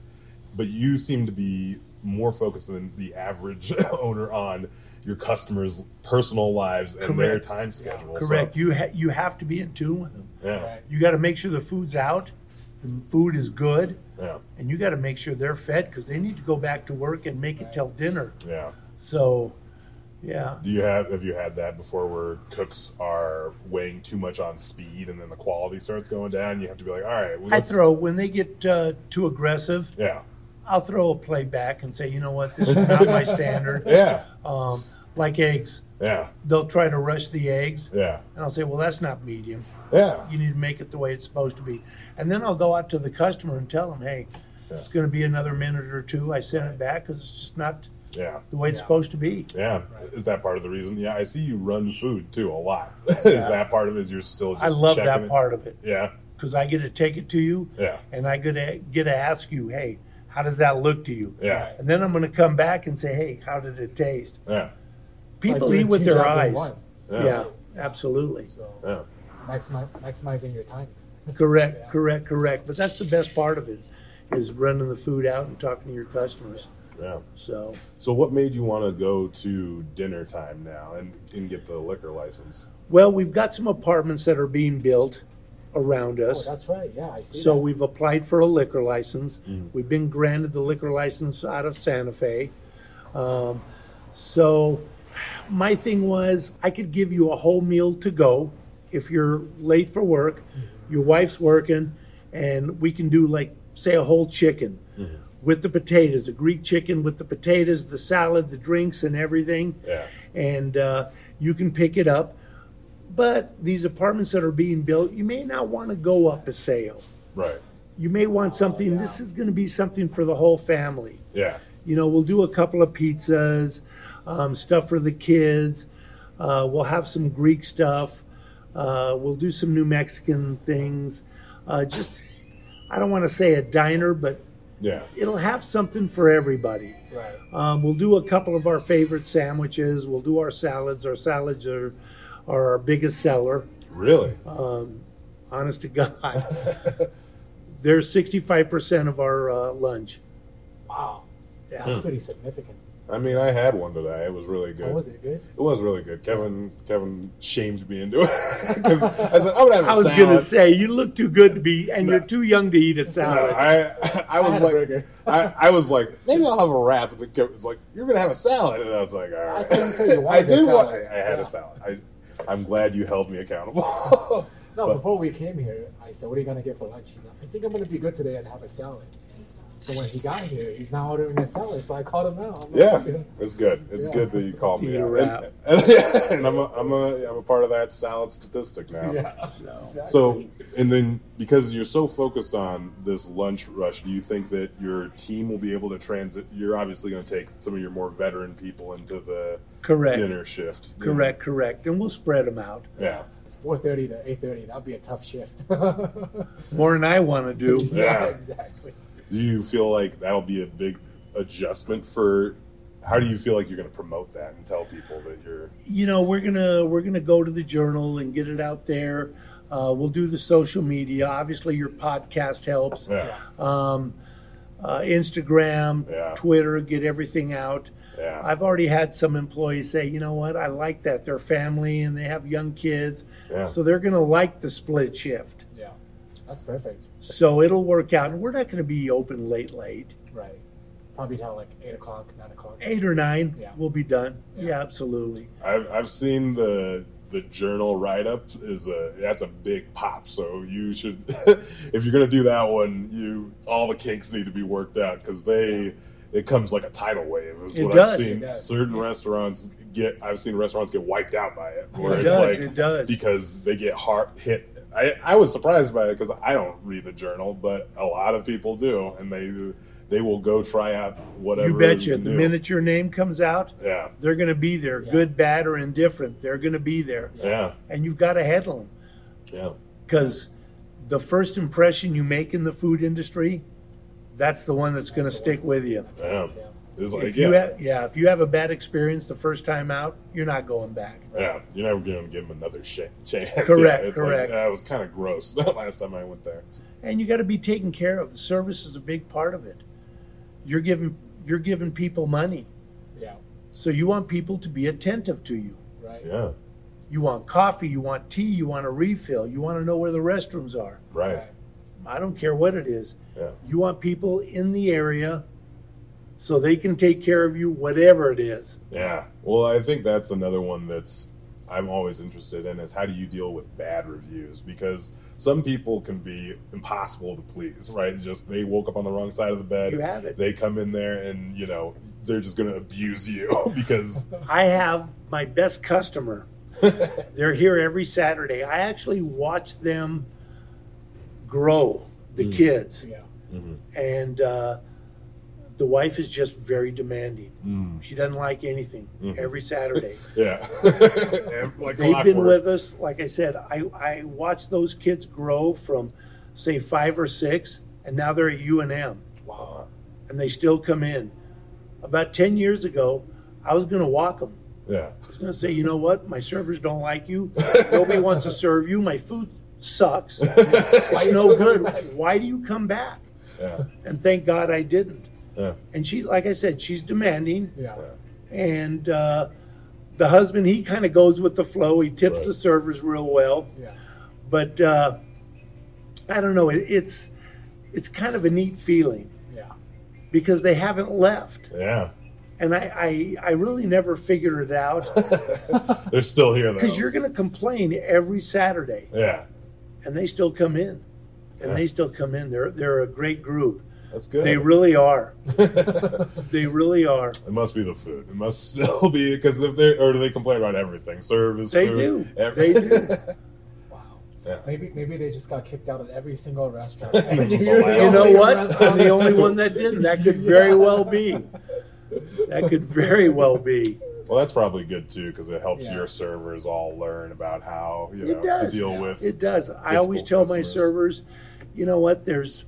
[SPEAKER 2] but you seem to be more focused than the average owner on your customers' personal lives and their
[SPEAKER 3] Correct.
[SPEAKER 2] time schedule. So,
[SPEAKER 3] Correct. You ha- you have to be in tune with them.
[SPEAKER 2] yeah,
[SPEAKER 1] Right.
[SPEAKER 3] You got to make sure the food's out, the food is good,
[SPEAKER 2] yeah,
[SPEAKER 3] and you got to make sure they're fed because they need to go back to work and make it till dinner.
[SPEAKER 2] yeah.
[SPEAKER 3] So, yeah,
[SPEAKER 2] Do you have have you had that before where cooks are weighing too much on speed and then the quality starts going down? You have to be like, all right, well,
[SPEAKER 3] I
[SPEAKER 2] let's-
[SPEAKER 3] throw when they get uh, too aggressive.
[SPEAKER 2] Yeah,
[SPEAKER 3] I'll throw a play back and say, you know what, this is not my standard.
[SPEAKER 2] yeah,
[SPEAKER 3] Um, like eggs,
[SPEAKER 2] yeah,
[SPEAKER 3] they'll try to rush the eggs,
[SPEAKER 2] yeah,
[SPEAKER 3] and I'll say, well, that's not medium.
[SPEAKER 2] yeah.
[SPEAKER 3] you need to make it the way it's supposed to be. And then I'll go out to the customer and tell them, hey, it's
[SPEAKER 2] Yeah.
[SPEAKER 3] going to be another minute or two. I sent it back because it's just not
[SPEAKER 2] Yeah.
[SPEAKER 3] the way it's
[SPEAKER 1] Yeah.
[SPEAKER 3] supposed to be.
[SPEAKER 2] Yeah. Is that part of the reason? Yeah, I see you run food too a lot. is that part of it? Is you're still just
[SPEAKER 3] I love
[SPEAKER 2] checking
[SPEAKER 3] that
[SPEAKER 2] it?
[SPEAKER 3] part of it
[SPEAKER 2] Yeah.
[SPEAKER 3] because I get to take it to you
[SPEAKER 2] Yeah.
[SPEAKER 3] and I get to, get to ask you, hey, how does that look to you?
[SPEAKER 2] Yeah.
[SPEAKER 3] And then I'm going to come back and say, hey, how did it taste?
[SPEAKER 2] Yeah.
[SPEAKER 1] It's
[SPEAKER 3] People
[SPEAKER 1] like doing
[SPEAKER 3] eat with
[SPEAKER 1] two
[SPEAKER 3] their
[SPEAKER 1] jobs in
[SPEAKER 3] eyes.
[SPEAKER 1] one.
[SPEAKER 3] Yeah,
[SPEAKER 2] Yeah. Yeah.
[SPEAKER 3] absolutely.
[SPEAKER 1] So
[SPEAKER 2] Yeah.
[SPEAKER 1] maximi- maximizing your time.
[SPEAKER 3] Correct,
[SPEAKER 1] Yeah.
[SPEAKER 3] correct, correct. But that's the best part of it is running the food out and talking to your customers. So.
[SPEAKER 2] So what made you want to go to dinner time now and, and get the liquor license?
[SPEAKER 3] Well, we've got some apartments that are being built around
[SPEAKER 1] Oh,
[SPEAKER 3] us.
[SPEAKER 1] that's right. Yeah, I see.
[SPEAKER 3] So
[SPEAKER 1] that.
[SPEAKER 3] we've applied for a liquor license. We've been granted the liquor license out of Santa Fe. Um, so my thing was I could give you a whole meal to go if you're late for work, your wife's working, and we can do like say a whole chicken with the potatoes, a Greek chicken with the potatoes, the salad, the drinks, and everything
[SPEAKER 2] Yeah.
[SPEAKER 3] and uh, you can pick it up. But these apartments that are being built, you may not want to go up a sale.
[SPEAKER 2] Right.
[SPEAKER 3] You may want something. This is going to be something for the whole family.
[SPEAKER 2] Yeah.
[SPEAKER 3] You know, we'll do a couple of pizzas, um, stuff for the kids. Uh, we'll have some Greek stuff. Uh, we'll do some New Mexican things. Uh, just, I don't want to say a diner, but
[SPEAKER 2] Yeah.
[SPEAKER 3] it'll have something for everybody.
[SPEAKER 1] right.
[SPEAKER 3] Um, we'll do a couple of our favorite sandwiches. We'll do our salads. Our salads are, are our biggest seller.
[SPEAKER 2] Really?
[SPEAKER 3] Uh-huh. Um, Honest to God, they're sixty-five percent of our uh, lunch.
[SPEAKER 1] Wow. Yeah, that's pretty significant.
[SPEAKER 2] I mean, I had one today. It was really Hmm. good.
[SPEAKER 1] How was it? Good.
[SPEAKER 2] It was really good. Kevin Kevin shamed me into it because I said I'm gonna have a
[SPEAKER 3] I was
[SPEAKER 2] salad.
[SPEAKER 3] gonna say you look too good to be, and you're too young to eat a
[SPEAKER 2] No,
[SPEAKER 3] salad.
[SPEAKER 2] I I was
[SPEAKER 1] had a
[SPEAKER 2] like
[SPEAKER 1] burger.
[SPEAKER 2] I, I was like maybe I'll have a wrap, and Kevin was like you're gonna have a salad, and I was like all right.
[SPEAKER 1] thought you said you wanted
[SPEAKER 2] I did
[SPEAKER 1] a salad.
[SPEAKER 2] want- I, I had
[SPEAKER 1] Yeah.
[SPEAKER 2] a salad. I, I'm glad you held me accountable.
[SPEAKER 1] No,
[SPEAKER 2] But-
[SPEAKER 1] before we came here, I said, "What are you gonna get for lunch?" He's like, "I think I'm gonna be good today and have a salad." So when he got here, he's now ordering a salad. So I called him out. I'm
[SPEAKER 2] yeah,
[SPEAKER 1] like,
[SPEAKER 2] it's good. It's
[SPEAKER 1] Yeah.
[SPEAKER 2] good that you called me
[SPEAKER 3] Eat a
[SPEAKER 2] out.
[SPEAKER 3] wrap.
[SPEAKER 2] And, and, I'm a, I'm a I'm a part of that salad statistic now.
[SPEAKER 1] yeah.
[SPEAKER 3] No.
[SPEAKER 1] Exactly.
[SPEAKER 2] So, and then because you're so focused on this lunch rush, do you think that your team will be able to transit? You're obviously going to take some of your more veteran people into the
[SPEAKER 3] Correct.
[SPEAKER 2] dinner shift.
[SPEAKER 3] Correct, correct, and we'll spread them out.
[SPEAKER 2] Yeah.
[SPEAKER 1] it's 4:30 to 8:30. That'd be a tough shift.
[SPEAKER 3] More than I want to do.
[SPEAKER 2] Yeah.
[SPEAKER 1] exactly.
[SPEAKER 2] Do you feel like that'll be a big adjustment for? How do you feel like you're going to promote that and tell people that you're?
[SPEAKER 3] you know we're gonna we're gonna go to the journal and get it out there uh, we'll do the social media obviously your podcast helps
[SPEAKER 2] Yeah.
[SPEAKER 3] um, uh, instagram
[SPEAKER 2] Yeah.
[SPEAKER 3] twitter get everything out
[SPEAKER 2] Yeah.
[SPEAKER 3] i've already had some employees say you know what i like that they're family and they have young kids
[SPEAKER 2] Yeah.
[SPEAKER 3] so they're gonna like the split shift
[SPEAKER 1] Yeah, that's perfect.
[SPEAKER 3] so it'll work out and we're not gonna be open late late
[SPEAKER 1] Right. Probably till like eight o'clock, nine o'clock.
[SPEAKER 3] eight or nine
[SPEAKER 1] Yeah.
[SPEAKER 3] we'll be done
[SPEAKER 1] Yeah.
[SPEAKER 3] yeah absolutely
[SPEAKER 2] I've, I've seen the the journal write up is a that's a big pop. So you should if you're gonna do that one, you all the kinks need to be worked out because they it comes like a tidal wave. Is
[SPEAKER 3] It
[SPEAKER 2] what
[SPEAKER 3] does,
[SPEAKER 2] I've
[SPEAKER 1] it
[SPEAKER 2] seen.
[SPEAKER 1] does.
[SPEAKER 2] Certain restaurants get I've seen restaurants get wiped out by it. Where
[SPEAKER 3] it
[SPEAKER 2] it's
[SPEAKER 3] does
[SPEAKER 2] like
[SPEAKER 3] it does
[SPEAKER 2] because they get hard hit. I, I was surprised by it because I don't read the journal, but a lot of people do, and they they will go try out whatever.
[SPEAKER 3] you betcha the
[SPEAKER 2] new.
[SPEAKER 3] minute your name comes out
[SPEAKER 2] Yeah,
[SPEAKER 3] They're going to be there,
[SPEAKER 1] Yeah.
[SPEAKER 3] good, bad, or indifferent. They're going to be there,
[SPEAKER 2] yeah,
[SPEAKER 3] and you've got to handle them
[SPEAKER 2] yeah,
[SPEAKER 3] because the first impression you make in the food industry, that's the one that's going to
[SPEAKER 1] That's the
[SPEAKER 3] stick with you.
[SPEAKER 2] yeah. It's like
[SPEAKER 3] If
[SPEAKER 2] yeah.
[SPEAKER 3] you have, yeah, if you have a bad experience the first time out, you're not going back.
[SPEAKER 2] Yeah, you're never going to give him another sh- chance.
[SPEAKER 3] Correct,
[SPEAKER 2] yeah, it's
[SPEAKER 3] correct.
[SPEAKER 2] Like, yeah, it was kind of gross the last time I went there.
[SPEAKER 3] And you got to be taken care of. The service is a big part of it. You're giving you're giving people money.
[SPEAKER 1] Yeah.
[SPEAKER 3] So you want people to be attentive to you.
[SPEAKER 1] Right.
[SPEAKER 2] Yeah.
[SPEAKER 3] You want coffee, you want tea, you want a refill, you want to know where the restrooms are.
[SPEAKER 2] Right.
[SPEAKER 3] I don't care what it is.
[SPEAKER 2] Yeah.
[SPEAKER 3] You want people in the area so they can take care of you, whatever it is.
[SPEAKER 2] Yeah. Well, I think that's another one that's I'm always interested in is how do you deal with bad reviews? Because some people can be impossible to please, right? Just they woke up on the wrong side of the bed.
[SPEAKER 3] You have it.
[SPEAKER 2] They come in there and, you know, they're just going to abuse you because
[SPEAKER 3] I have my best customer. They're here every Saturday. I actually watch them grow, the kids.
[SPEAKER 1] Yeah.
[SPEAKER 3] And uh, the wife is just very demanding.
[SPEAKER 2] Mm.
[SPEAKER 3] She doesn't like anything every Saturday.
[SPEAKER 2] yeah. like
[SPEAKER 3] They've been
[SPEAKER 2] clockwork.
[SPEAKER 3] with us, like I said, I, I watch those kids grow from, say, five or six, and now they're at UNM.
[SPEAKER 1] Wow.
[SPEAKER 3] and they still come in. About 10 years ago, I was going to walk them.
[SPEAKER 2] Yeah.
[SPEAKER 3] I was going to say, you know what? My servers don't like you. Nobody wants to serve you. My food sucks. It's no good. Why do you come back?
[SPEAKER 2] Yeah.
[SPEAKER 3] And thank God I didn't.
[SPEAKER 2] Yeah.
[SPEAKER 3] And she, like I said, she's demanding.
[SPEAKER 1] Yeah.
[SPEAKER 2] Yeah.
[SPEAKER 3] And uh, the husband, he kind of goes with the flow. He tips
[SPEAKER 2] Right.
[SPEAKER 3] the servers real well.
[SPEAKER 1] Yeah.
[SPEAKER 3] But uh, I don't know. It, it's it's kind of a neat feeling
[SPEAKER 1] Yeah.
[SPEAKER 3] because they haven't left.
[SPEAKER 2] Yeah.
[SPEAKER 3] and I, I, I really never figured it out
[SPEAKER 2] They're still here though.
[SPEAKER 3] because you're going to complain every Saturday,
[SPEAKER 2] Yeah.
[SPEAKER 3] and they still come in, and they still come in. They're they're a great group.
[SPEAKER 2] That's good.
[SPEAKER 3] They really are. they really are.
[SPEAKER 2] It must be the food. It must still be because if they or do they complain about everything? Service.
[SPEAKER 3] They do.
[SPEAKER 2] food, ev-
[SPEAKER 3] They do.
[SPEAKER 1] Wow.
[SPEAKER 2] Yeah.
[SPEAKER 1] Maybe maybe they just got kicked out of every single restaurant.
[SPEAKER 3] You know
[SPEAKER 1] Only
[SPEAKER 3] what?
[SPEAKER 1] restaurant-
[SPEAKER 3] I'm the only one that didn't. That could very well be. That could very well be.
[SPEAKER 2] Well, that's probably good too because it helps
[SPEAKER 1] Yeah.
[SPEAKER 2] your servers all learn about how you
[SPEAKER 3] It
[SPEAKER 2] know to
[SPEAKER 3] does,
[SPEAKER 2] deal
[SPEAKER 1] yeah.
[SPEAKER 2] with.
[SPEAKER 3] It does. I always
[SPEAKER 2] Difficult
[SPEAKER 3] tell my
[SPEAKER 2] customers.
[SPEAKER 3] servers, you know what? There's,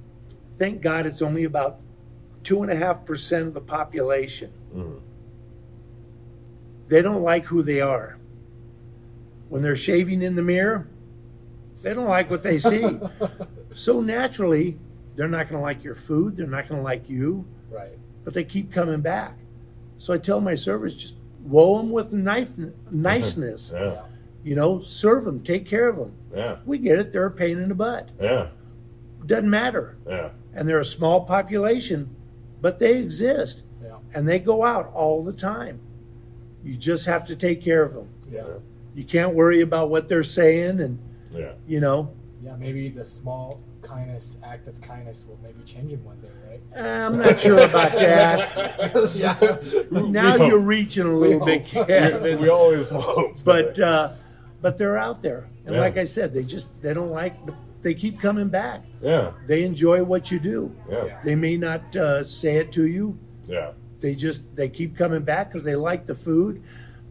[SPEAKER 3] thank God, it's only about two and a half percent of the population.
[SPEAKER 2] Mhm.
[SPEAKER 3] They don't like who they are. When they're shaving in the mirror, they don't like what they see. so naturally, they're not going to like your food. They're not going to like you,
[SPEAKER 1] Right.
[SPEAKER 3] but they keep coming back. So I tell my servers, just woe them with nice, niceness.
[SPEAKER 2] Yeah.
[SPEAKER 3] You know, serve them, take care of them.
[SPEAKER 2] Yeah.
[SPEAKER 3] We get it. They're a pain in the butt.
[SPEAKER 2] Yeah.
[SPEAKER 3] Doesn't matter.
[SPEAKER 2] Yeah.
[SPEAKER 3] And they're a small population, but they exist
[SPEAKER 1] Yeah.
[SPEAKER 3] and they go out all the time. You just have to take care of them.
[SPEAKER 1] Yeah.
[SPEAKER 2] Yeah.
[SPEAKER 3] You can't worry about what they're saying and,
[SPEAKER 2] Yeah.
[SPEAKER 3] you know,
[SPEAKER 1] Yeah. Maybe the small kindness, act of kindness, will maybe change him one day, right?
[SPEAKER 3] "Eh, I'm not sure about that.
[SPEAKER 1] yeah.
[SPEAKER 3] Now
[SPEAKER 2] we
[SPEAKER 3] you're
[SPEAKER 2] hope.
[SPEAKER 3] reaching a little bit,
[SPEAKER 1] hope.
[SPEAKER 3] Kevin.
[SPEAKER 2] We always hope.
[SPEAKER 3] but uh, but they're out there, and
[SPEAKER 2] Yeah.
[SPEAKER 3] like I said, they just they don't like. But they keep coming back.
[SPEAKER 2] yeah.
[SPEAKER 3] They enjoy what you do.
[SPEAKER 2] Yeah.
[SPEAKER 3] They may not uh, say it to you,
[SPEAKER 2] Yeah.
[SPEAKER 3] they just they keep coming back because they like the food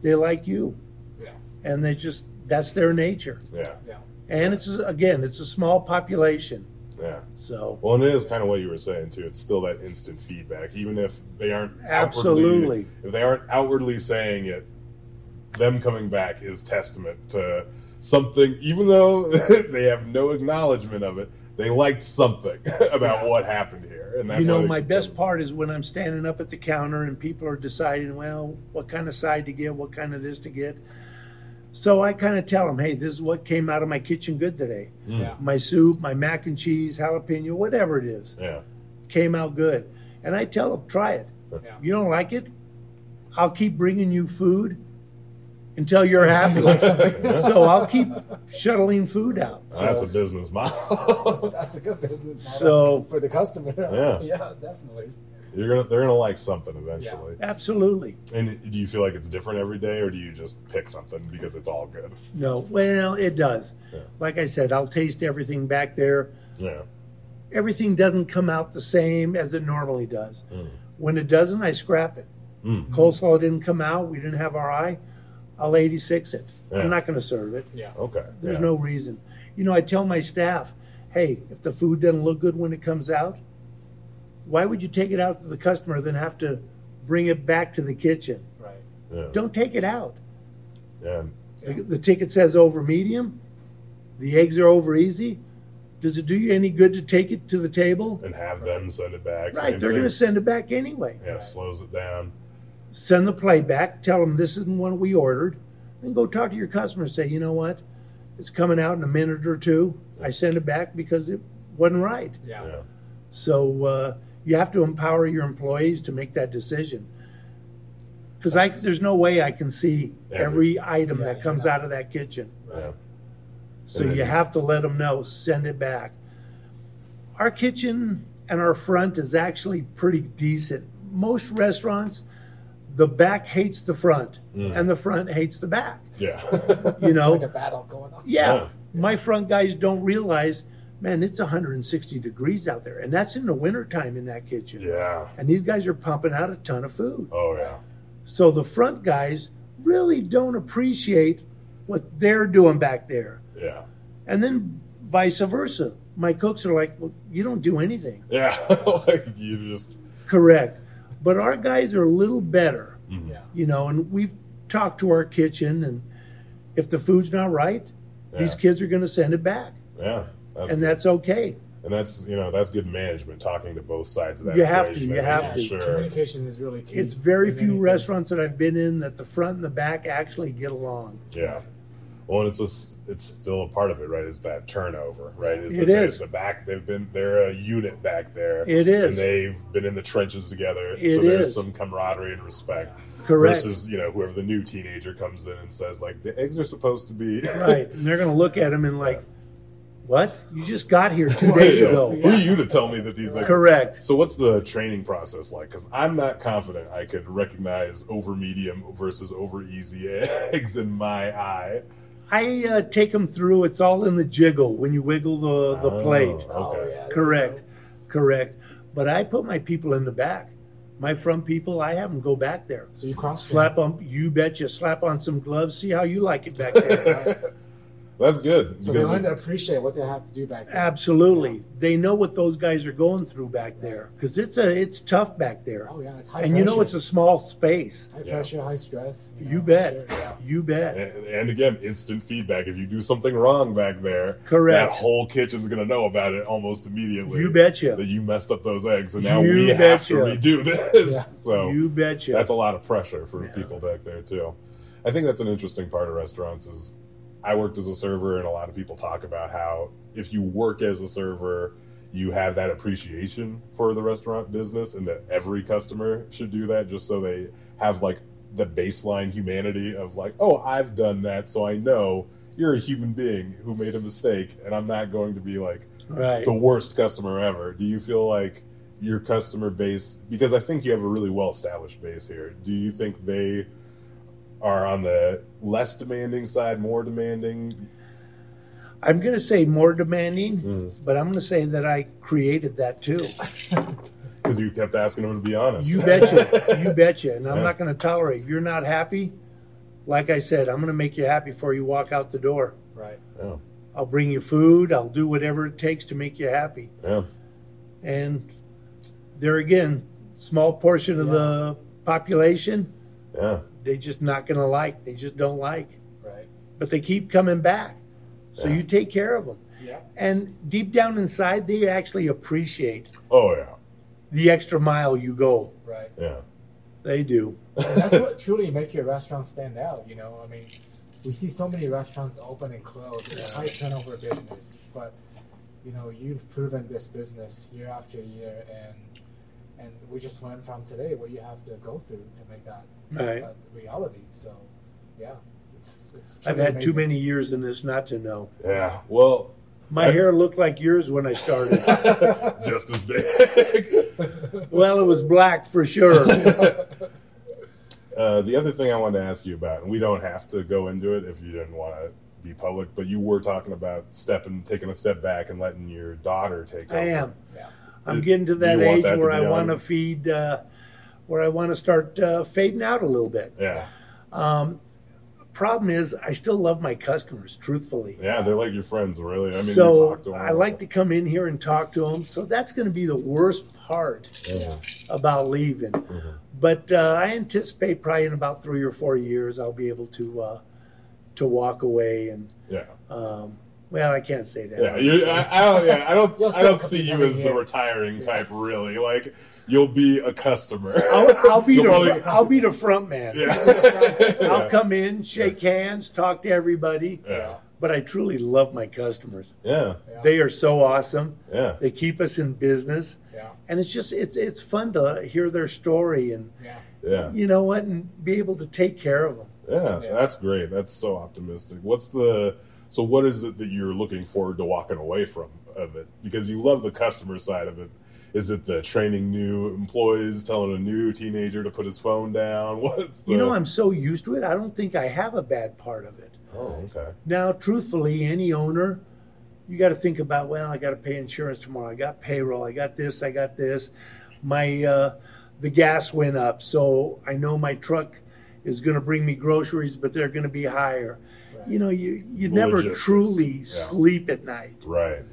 [SPEAKER 3] they like you
[SPEAKER 1] Yeah.
[SPEAKER 3] and they just that's their nature
[SPEAKER 2] Yeah.
[SPEAKER 1] Yeah.
[SPEAKER 3] and it's again it's a small population
[SPEAKER 2] Yeah.
[SPEAKER 3] so
[SPEAKER 2] Well, and it is kind of what you were saying too. It's still that instant feedback, even if they aren't outwardly-
[SPEAKER 3] Absolutely.
[SPEAKER 2] if they aren't outwardly saying it. Them coming back is testament to something, even though they have no acknowledgement of it. They liked something about
[SPEAKER 1] Yeah.
[SPEAKER 2] what happened here, and that's
[SPEAKER 3] you know
[SPEAKER 2] why they- Mm.
[SPEAKER 3] my best part is when i'm standing up at the counter and people are deciding well what kind of side to get what kind of this to get so i kind of tell them hey this is what came out of my kitchen good today
[SPEAKER 1] Yeah.
[SPEAKER 3] my soup my mac and cheese jalapeno whatever it is
[SPEAKER 2] Yeah,
[SPEAKER 3] came out good and i tell them try it
[SPEAKER 1] Yeah.
[SPEAKER 3] You don't like it? I'll keep bringing you food until you're happy. so I'll keep shuttling food out.
[SPEAKER 2] that's a business model.
[SPEAKER 1] That's a good business model
[SPEAKER 3] So-
[SPEAKER 1] for the customer.
[SPEAKER 2] Yeah.
[SPEAKER 1] yeah, definitely.
[SPEAKER 2] You're gonna, they're gonna like something eventually.
[SPEAKER 3] Absolutely.
[SPEAKER 2] And do you feel like it's different every day, or do you just pick something because it's all good?
[SPEAKER 3] No. Well, it does.
[SPEAKER 2] Yeah.
[SPEAKER 3] Like I said, I'll taste everything back there.
[SPEAKER 2] Yeah,
[SPEAKER 3] Everything doesn't come out the same as it normally does. When it doesn't, I scrap it.
[SPEAKER 2] Mm.
[SPEAKER 3] Coleslaw didn't come out. We didn't have our eye. I'll 86 it.
[SPEAKER 2] Yeah.
[SPEAKER 3] I'm not going to serve it.
[SPEAKER 1] Yeah.
[SPEAKER 2] okay.
[SPEAKER 3] There's
[SPEAKER 2] yeah.
[SPEAKER 3] no reason. You know, I tell my staff, hey, if the food doesn't look good when it comes out, why would you take it out to the customer then have to bring it back to the kitchen?
[SPEAKER 1] Right.
[SPEAKER 2] yeah.
[SPEAKER 3] Don't take it out.
[SPEAKER 2] yeah.
[SPEAKER 3] The, the ticket says over medium, the eggs are over easy. Does it do you any good to take it to the table?
[SPEAKER 2] and have them send it back.
[SPEAKER 3] Right,
[SPEAKER 2] same
[SPEAKER 3] they're going to
[SPEAKER 2] thing.
[SPEAKER 3] send it back anyway.
[SPEAKER 2] Yeah, slows it down.
[SPEAKER 3] Send the playback, tell them this isn't one we ordered, and go talk to your customer and say, you know what? It's coming out in a minute or two. I send it back because it wasn't right.
[SPEAKER 1] Yeah.
[SPEAKER 2] Yeah.
[SPEAKER 3] So uh, you have to empower your employees to make that decision. Because I, there's no way I can see
[SPEAKER 2] Every-
[SPEAKER 3] every item
[SPEAKER 1] Yeah,
[SPEAKER 3] that
[SPEAKER 1] yeah,
[SPEAKER 3] comes
[SPEAKER 1] yeah.
[SPEAKER 3] out of that kitchen.
[SPEAKER 2] Yeah.
[SPEAKER 3] So
[SPEAKER 2] And then-
[SPEAKER 3] you have to let them know, send it back. Our kitchen and our front is actually pretty decent. Most restaurants, the back hates the front
[SPEAKER 2] Mm.
[SPEAKER 3] and the front hates the back.
[SPEAKER 2] Yeah.
[SPEAKER 3] You know,
[SPEAKER 1] Like a battle going on.
[SPEAKER 3] yeah.
[SPEAKER 2] Yeah.
[SPEAKER 3] My front guys don't realize, man, it's 160 degrees out there. And that's in the wintertime in that kitchen.
[SPEAKER 2] yeah.
[SPEAKER 3] And these guys are pumping out a ton of food.
[SPEAKER 2] Oh yeah.
[SPEAKER 3] So the front guys really don't appreciate what they're doing back there.
[SPEAKER 2] Yeah.
[SPEAKER 3] And then vice versa. My cooks are like, well, you don't do anything.
[SPEAKER 2] Yeah. like you just
[SPEAKER 3] Correct. But our guys are a little better,
[SPEAKER 2] mhm.
[SPEAKER 1] Yeah.
[SPEAKER 3] you know, and we've talked to our kitchen, and if the food's not right, these
[SPEAKER 2] Yeah.
[SPEAKER 3] kids are going to send it back.
[SPEAKER 2] Yeah. That's
[SPEAKER 3] and
[SPEAKER 2] good.
[SPEAKER 3] that's okay.
[SPEAKER 2] and that's you know that's good management talking to both sides of that.
[SPEAKER 3] You have to,
[SPEAKER 2] equation,
[SPEAKER 3] you
[SPEAKER 2] I think,
[SPEAKER 3] have
[SPEAKER 2] for
[SPEAKER 3] to.
[SPEAKER 2] Sure.
[SPEAKER 1] Communication is really key.
[SPEAKER 3] It's very
[SPEAKER 1] in
[SPEAKER 3] few
[SPEAKER 1] anything.
[SPEAKER 3] restaurants that I've been in that the front and the back actually get along.
[SPEAKER 2] Yeah. Well, and it's just, it's still a part of it, right? It's that turnover, right? Is
[SPEAKER 3] It
[SPEAKER 2] that they-
[SPEAKER 3] is.
[SPEAKER 2] the back they've been they're a unit back there.
[SPEAKER 3] It
[SPEAKER 2] And
[SPEAKER 3] is.
[SPEAKER 2] they've been in the trenches together,
[SPEAKER 3] It
[SPEAKER 2] so there's
[SPEAKER 3] is.
[SPEAKER 2] some camaraderie and respect.
[SPEAKER 3] Correct.
[SPEAKER 2] Versus, you know, whoever the new teenager comes in and says like the eggs are supposed to be
[SPEAKER 3] right. And they're going to look at him and, like, what? You just got here two
[SPEAKER 2] Right,
[SPEAKER 3] days
[SPEAKER 2] yeah.
[SPEAKER 3] ago.
[SPEAKER 2] Who are you to tell me that these things?
[SPEAKER 3] Correct.
[SPEAKER 2] So what's the training process like? Because I'm not confident I could recognize over medium versus over easy eggs in my eye.
[SPEAKER 3] I uh, take them through. It's all in the jiggle when you wiggle the, the
[SPEAKER 2] Oh.
[SPEAKER 3] plate.
[SPEAKER 1] Oh,
[SPEAKER 2] Okay.
[SPEAKER 1] yeah,
[SPEAKER 3] Correct. Correct. But I put my people in the back. My front people, I have them go back there.
[SPEAKER 1] So you cross
[SPEAKER 3] Slap them, you betcha. Slap on some gloves. See how you like it back there.
[SPEAKER 2] That's good.
[SPEAKER 1] So they
[SPEAKER 2] because
[SPEAKER 1] learn to
[SPEAKER 2] it-
[SPEAKER 1] appreciate what they have to do back there.
[SPEAKER 3] Absolutely. They know what those guys are going through back there because it's a it's tough back there.
[SPEAKER 1] Oh yeah, it's high
[SPEAKER 3] and you know it's
[SPEAKER 1] pressure.
[SPEAKER 3] a small space.
[SPEAKER 1] high
[SPEAKER 2] Yeah.
[SPEAKER 1] pressure, high stress. know,
[SPEAKER 3] You bet.
[SPEAKER 1] sure, yeah.
[SPEAKER 3] You bet.
[SPEAKER 2] and, and again, instant feedback. If you do something wrong back there,
[SPEAKER 3] Correct.
[SPEAKER 2] that whole kitchen's gonna know about it almost immediately.
[SPEAKER 3] You betcha.
[SPEAKER 2] That you messed up those eggs, and now
[SPEAKER 3] You
[SPEAKER 2] we have to
[SPEAKER 3] betcha.
[SPEAKER 2] redo this.
[SPEAKER 1] Yeah.
[SPEAKER 2] So
[SPEAKER 3] you betcha.
[SPEAKER 2] that's a lot of pressure for people back there too. I think that's an interesting part of restaurants is I worked as a server and a lot of people talk about how if you work as a server, you have that appreciation for the restaurant business and that every customer should do that just so they have like the baseline humanity of like, oh, I've done that, so I know you're a human being who made a mistake and I'm not going to be like
[SPEAKER 3] right.
[SPEAKER 2] the worst customer ever. Do you feel like your customer base, because I think you have a really well established base here, do you think they are on the less demanding side, more demanding?
[SPEAKER 3] I'm going to say more demanding, but I'm going to say that I created that too.
[SPEAKER 2] Because you kept asking them to be honest.
[SPEAKER 3] You betcha. you betcha. And I'm
[SPEAKER 2] Yeah.
[SPEAKER 3] not going to tolerate. If you're not happy, like I said, I'm going to make you happy before you walk out the door.
[SPEAKER 1] Right.
[SPEAKER 2] yeah.
[SPEAKER 3] I'll bring you food. I'll do whatever it takes to make you happy.
[SPEAKER 2] yeah.
[SPEAKER 3] And there again, small portion of the population,
[SPEAKER 2] Yeah.
[SPEAKER 3] they just not going to like. They just don't like.
[SPEAKER 1] Right.
[SPEAKER 3] But they keep coming back. So
[SPEAKER 2] Yeah.
[SPEAKER 3] you take care of them.
[SPEAKER 1] Yeah.
[SPEAKER 3] And deep down inside, they actually appreciate
[SPEAKER 2] Oh, yeah.
[SPEAKER 3] the extra mile you go.
[SPEAKER 1] Right.
[SPEAKER 2] Yeah.
[SPEAKER 3] They do.
[SPEAKER 1] And that's what truly make your restaurant stand out. You know, I mean, we see so many restaurants open and close. It's a high turnover business, but you know, you've proven this business year after year, and and we just learned from today what you have to go through to make that
[SPEAKER 3] Right.
[SPEAKER 1] a reality. So, yeah, it's it's.
[SPEAKER 3] I've
[SPEAKER 1] truly
[SPEAKER 3] had too
[SPEAKER 1] amazing.
[SPEAKER 3] many years in this not to know.
[SPEAKER 2] Yeah. Well,
[SPEAKER 3] My
[SPEAKER 2] Uh,
[SPEAKER 3] hair looked like yours when I started.
[SPEAKER 2] just as big.
[SPEAKER 3] well, it was black for sure.
[SPEAKER 2] Uh, the other thing I wanted to ask you about, and we don't have to go into it if you didn't want to be public, but you were talking about stepping, taking a step back, and letting your daughter take over.
[SPEAKER 3] I am.
[SPEAKER 1] Yeah.
[SPEAKER 3] I'm getting to
[SPEAKER 2] Do you
[SPEAKER 3] that
[SPEAKER 2] want
[SPEAKER 3] age
[SPEAKER 2] that to
[SPEAKER 3] where
[SPEAKER 2] be
[SPEAKER 3] I
[SPEAKER 2] on?
[SPEAKER 3] want to feed, uh, where I want to start uh, fading out a little bit.
[SPEAKER 2] Yeah,
[SPEAKER 3] Problem is, I still love my customers, truthfully.
[SPEAKER 2] yeah, they're like your friends, really. I mean, you
[SPEAKER 3] so
[SPEAKER 2] talk to them.
[SPEAKER 3] I like to come in here and talk to them. So that's going to be the worst part
[SPEAKER 2] Yeah.
[SPEAKER 3] about leaving. But uh, I anticipate probably in about three or four years, I'll be able to uh, to walk away and
[SPEAKER 2] yeah,
[SPEAKER 3] Well, I can't say that.
[SPEAKER 2] Yeah, you I, I don't. Yeah, I
[SPEAKER 1] You'll
[SPEAKER 2] don't. I
[SPEAKER 1] still
[SPEAKER 2] don't see you
[SPEAKER 1] be
[SPEAKER 2] as the
[SPEAKER 1] here.
[SPEAKER 2] retiring type. Really, like you'll be a customer.
[SPEAKER 3] I'll, I'll be the
[SPEAKER 2] You'll
[SPEAKER 3] fr-
[SPEAKER 2] probably-
[SPEAKER 3] I'll be the front man. I'll
[SPEAKER 2] yeah.
[SPEAKER 3] come in, shake hands, talk to everybody.
[SPEAKER 2] yeah,
[SPEAKER 3] But I truly love my customers.
[SPEAKER 2] yeah,
[SPEAKER 1] Yeah.
[SPEAKER 3] They are so awesome.
[SPEAKER 2] yeah,
[SPEAKER 3] They keep us in business,
[SPEAKER 1] yeah,
[SPEAKER 3] and it's just it's it's fun to hear their story and
[SPEAKER 1] yeah.
[SPEAKER 2] yeah,
[SPEAKER 3] you know what and be able to take care of them.
[SPEAKER 2] yeah.
[SPEAKER 1] Yeah.
[SPEAKER 2] That's great. That's so optimistic. What's the so? What is it that you're looking forward to walking away from of it? Because you love the customer side of it. Is it the training new employees, telling a new teenager to put his phone down? What's the,
[SPEAKER 3] You know, I'm so used to it. I don't think I have a bad part of it.
[SPEAKER 2] Oh, okay.
[SPEAKER 3] Now, truthfully, any owner, you got to think about, well, I got to pay insurance tomorrow. I got payroll. I got this. I got this. My uh, the gas went up, so I know my truck is going to bring me groceries, but they're going to be higher. You know, you you never
[SPEAKER 2] Logistics.
[SPEAKER 3] truly
[SPEAKER 2] Yeah.
[SPEAKER 3] sleep at night.
[SPEAKER 2] Right.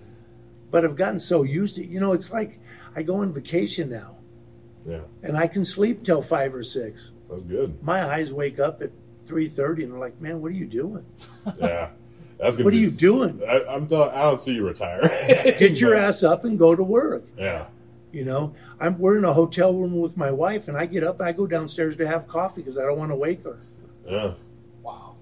[SPEAKER 3] But I've gotten so used to, you know, it's like I go on vacation now,
[SPEAKER 2] Yeah.
[SPEAKER 3] and I can sleep till five or six.
[SPEAKER 2] That's good.
[SPEAKER 3] My eyes wake up at three thirty, and they're like, "Man, what are you doing?
[SPEAKER 2] Yeah. That's gonna
[SPEAKER 3] What are
[SPEAKER 2] be
[SPEAKER 3] you doing?
[SPEAKER 2] I, I'm done. I don't see you retire.
[SPEAKER 3] Get your ass up and go to work."
[SPEAKER 2] Yeah.
[SPEAKER 3] You know, I'm we're in a hotel room with my wife, and I get up and I go downstairs to have coffee because I don't want to wake her.
[SPEAKER 2] Yeah.
[SPEAKER 1] Wow.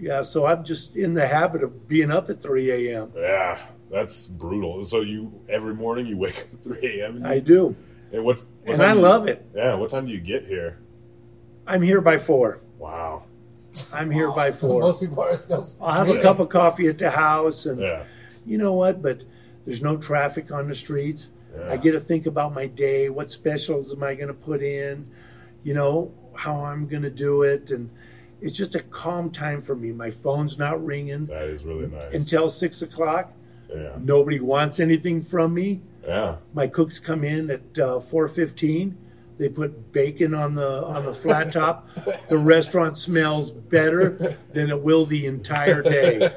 [SPEAKER 3] Yeah, so I'm just in the habit of being up at 3 a.m.
[SPEAKER 2] Yeah. That's brutal. So you every morning you wake up at three a.m.
[SPEAKER 3] I do,
[SPEAKER 2] and what? what
[SPEAKER 3] and
[SPEAKER 2] time
[SPEAKER 3] I
[SPEAKER 2] do you-
[SPEAKER 3] love it.
[SPEAKER 2] Yeah. What time do you get here?
[SPEAKER 3] I'm here by four.
[SPEAKER 2] Wow.
[SPEAKER 3] I'm here
[SPEAKER 1] Wow.
[SPEAKER 3] by four.
[SPEAKER 1] Most people are still.
[SPEAKER 3] I'll have a
[SPEAKER 2] Yeah.
[SPEAKER 3] cup of coffee at the house, and
[SPEAKER 2] Yeah.
[SPEAKER 3] you know what? But there's no traffic on the streets.
[SPEAKER 2] Yeah.
[SPEAKER 3] I get to think about my day. What specials am I going to put in? You know, how I'm going to do it, and it's just a calm time for me. My phone's not ringing.
[SPEAKER 2] That is really nice.
[SPEAKER 3] until six o'clock.
[SPEAKER 2] yeah.
[SPEAKER 3] Nobody wants anything from me.
[SPEAKER 2] Yeah.
[SPEAKER 3] My cooks come in at uh, four fifteen. They put bacon on the on the flat top. The restaurant smells better than it will the entire day.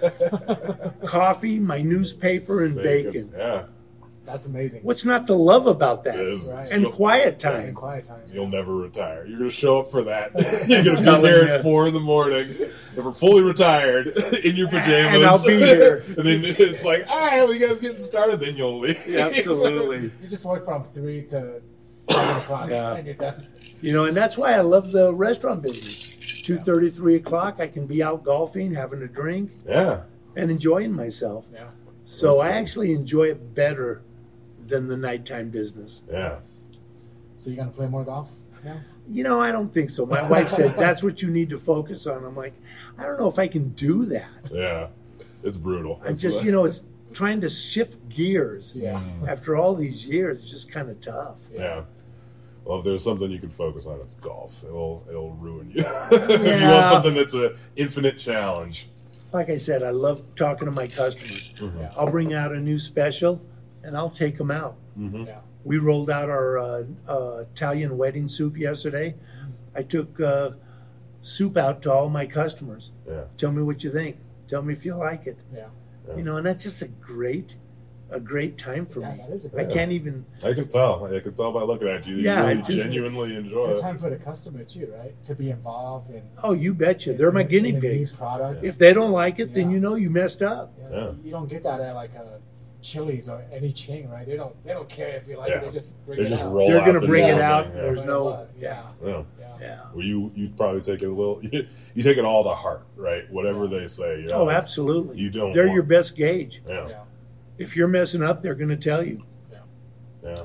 [SPEAKER 3] Coffee, my newspaper, and bacon.
[SPEAKER 2] Yeah.
[SPEAKER 1] That's amazing.
[SPEAKER 3] What's not to love about
[SPEAKER 2] It
[SPEAKER 3] that?
[SPEAKER 2] is.
[SPEAKER 1] Right.
[SPEAKER 3] And
[SPEAKER 2] You'll-
[SPEAKER 3] quiet
[SPEAKER 1] In
[SPEAKER 3] time.
[SPEAKER 1] quiet times.
[SPEAKER 2] You'll never retire. You're gonna show up for that. You're gonna
[SPEAKER 3] telling
[SPEAKER 2] be here at
[SPEAKER 3] you.
[SPEAKER 2] four in the morning, if we're fully retired, in your pajamas,
[SPEAKER 3] And I'll be here.
[SPEAKER 2] and then it's like, all right, well, you guys getting started. Then you'll leave.
[SPEAKER 1] You just work from three to seven o'clock,
[SPEAKER 3] Yeah.
[SPEAKER 1] and you're done.
[SPEAKER 3] You know, and that's why I love the restaurant business. Two thirty, three o'clock, I can be out golfing, having a drink,
[SPEAKER 2] yeah.
[SPEAKER 3] and enjoying myself.
[SPEAKER 1] Yeah.
[SPEAKER 3] So I
[SPEAKER 2] That's right.
[SPEAKER 3] actually enjoy it better than the nighttime business.
[SPEAKER 2] Yeah.
[SPEAKER 1] So you're gonna play more golf now?
[SPEAKER 3] You know, I don't think so. My wife said that's what you need to focus on. I'm like, I don't know if I can do that.
[SPEAKER 2] Yeah. It's brutal.
[SPEAKER 3] I'm just, you know, it's trying to shift gears
[SPEAKER 1] Yeah.
[SPEAKER 3] after all these years is just kind of tough.
[SPEAKER 2] Yeah. Well, if there's something you can focus on, it's golf. It'll it'll ruin you. if you want
[SPEAKER 3] Yeah.
[SPEAKER 2] something that's an infinite challenge.
[SPEAKER 3] Like I said, I love talking to my customers.
[SPEAKER 2] Mhm.
[SPEAKER 3] I'll bring out a new special and I'll take them out.
[SPEAKER 2] Mhm.
[SPEAKER 1] Yeah.
[SPEAKER 3] We rolled out our uh, uh, Italian wedding soup yesterday. I took uh, soup out to all my customers.
[SPEAKER 2] Yeah.
[SPEAKER 3] tell me what you think tell me if you like it
[SPEAKER 1] Yeah.
[SPEAKER 2] Yeah.
[SPEAKER 3] you know and that's just a great a great time for
[SPEAKER 1] Yeah.
[SPEAKER 3] me
[SPEAKER 1] That is a
[SPEAKER 3] i
[SPEAKER 1] great.
[SPEAKER 3] can't even
[SPEAKER 2] I can tell. I can tell by looking at you.
[SPEAKER 3] Yeah,
[SPEAKER 2] you really
[SPEAKER 3] it's just-
[SPEAKER 2] genuinely enjoy
[SPEAKER 1] Good
[SPEAKER 2] it.
[SPEAKER 1] time for the customer too, right? To be involved in.
[SPEAKER 3] oh you betcha they're my
[SPEAKER 1] in-
[SPEAKER 3] guinea
[SPEAKER 1] in a new
[SPEAKER 3] pigs
[SPEAKER 1] Product.
[SPEAKER 3] if they don't like it then
[SPEAKER 1] Yeah.
[SPEAKER 3] you know you messed up
[SPEAKER 1] Yeah,
[SPEAKER 2] Yeah.
[SPEAKER 1] You don't get that at like a Chili's or any chain, right? They don't. They don't care if you like
[SPEAKER 2] Yeah.
[SPEAKER 1] it. They just bring
[SPEAKER 2] They
[SPEAKER 1] it
[SPEAKER 2] just
[SPEAKER 1] out.
[SPEAKER 2] roll.
[SPEAKER 3] they're
[SPEAKER 2] out
[SPEAKER 3] gonna
[SPEAKER 2] the
[SPEAKER 3] bring
[SPEAKER 2] damn
[SPEAKER 3] it out
[SPEAKER 2] thing,
[SPEAKER 3] there's
[SPEAKER 1] But,
[SPEAKER 3] no
[SPEAKER 1] uh, Yeah.
[SPEAKER 2] Yeah. yeah.
[SPEAKER 1] Yeah.
[SPEAKER 3] yeah
[SPEAKER 2] Well, you you probably take it a little. You, take it all to heart, right? Whatever they say. you know,
[SPEAKER 3] oh
[SPEAKER 2] like,
[SPEAKER 3] absolutely
[SPEAKER 2] You don't.
[SPEAKER 3] they're
[SPEAKER 2] want-
[SPEAKER 3] your best gauge
[SPEAKER 2] Yeah.
[SPEAKER 1] Yeah.
[SPEAKER 3] if you're messing up they're gonna tell you
[SPEAKER 2] Yeah.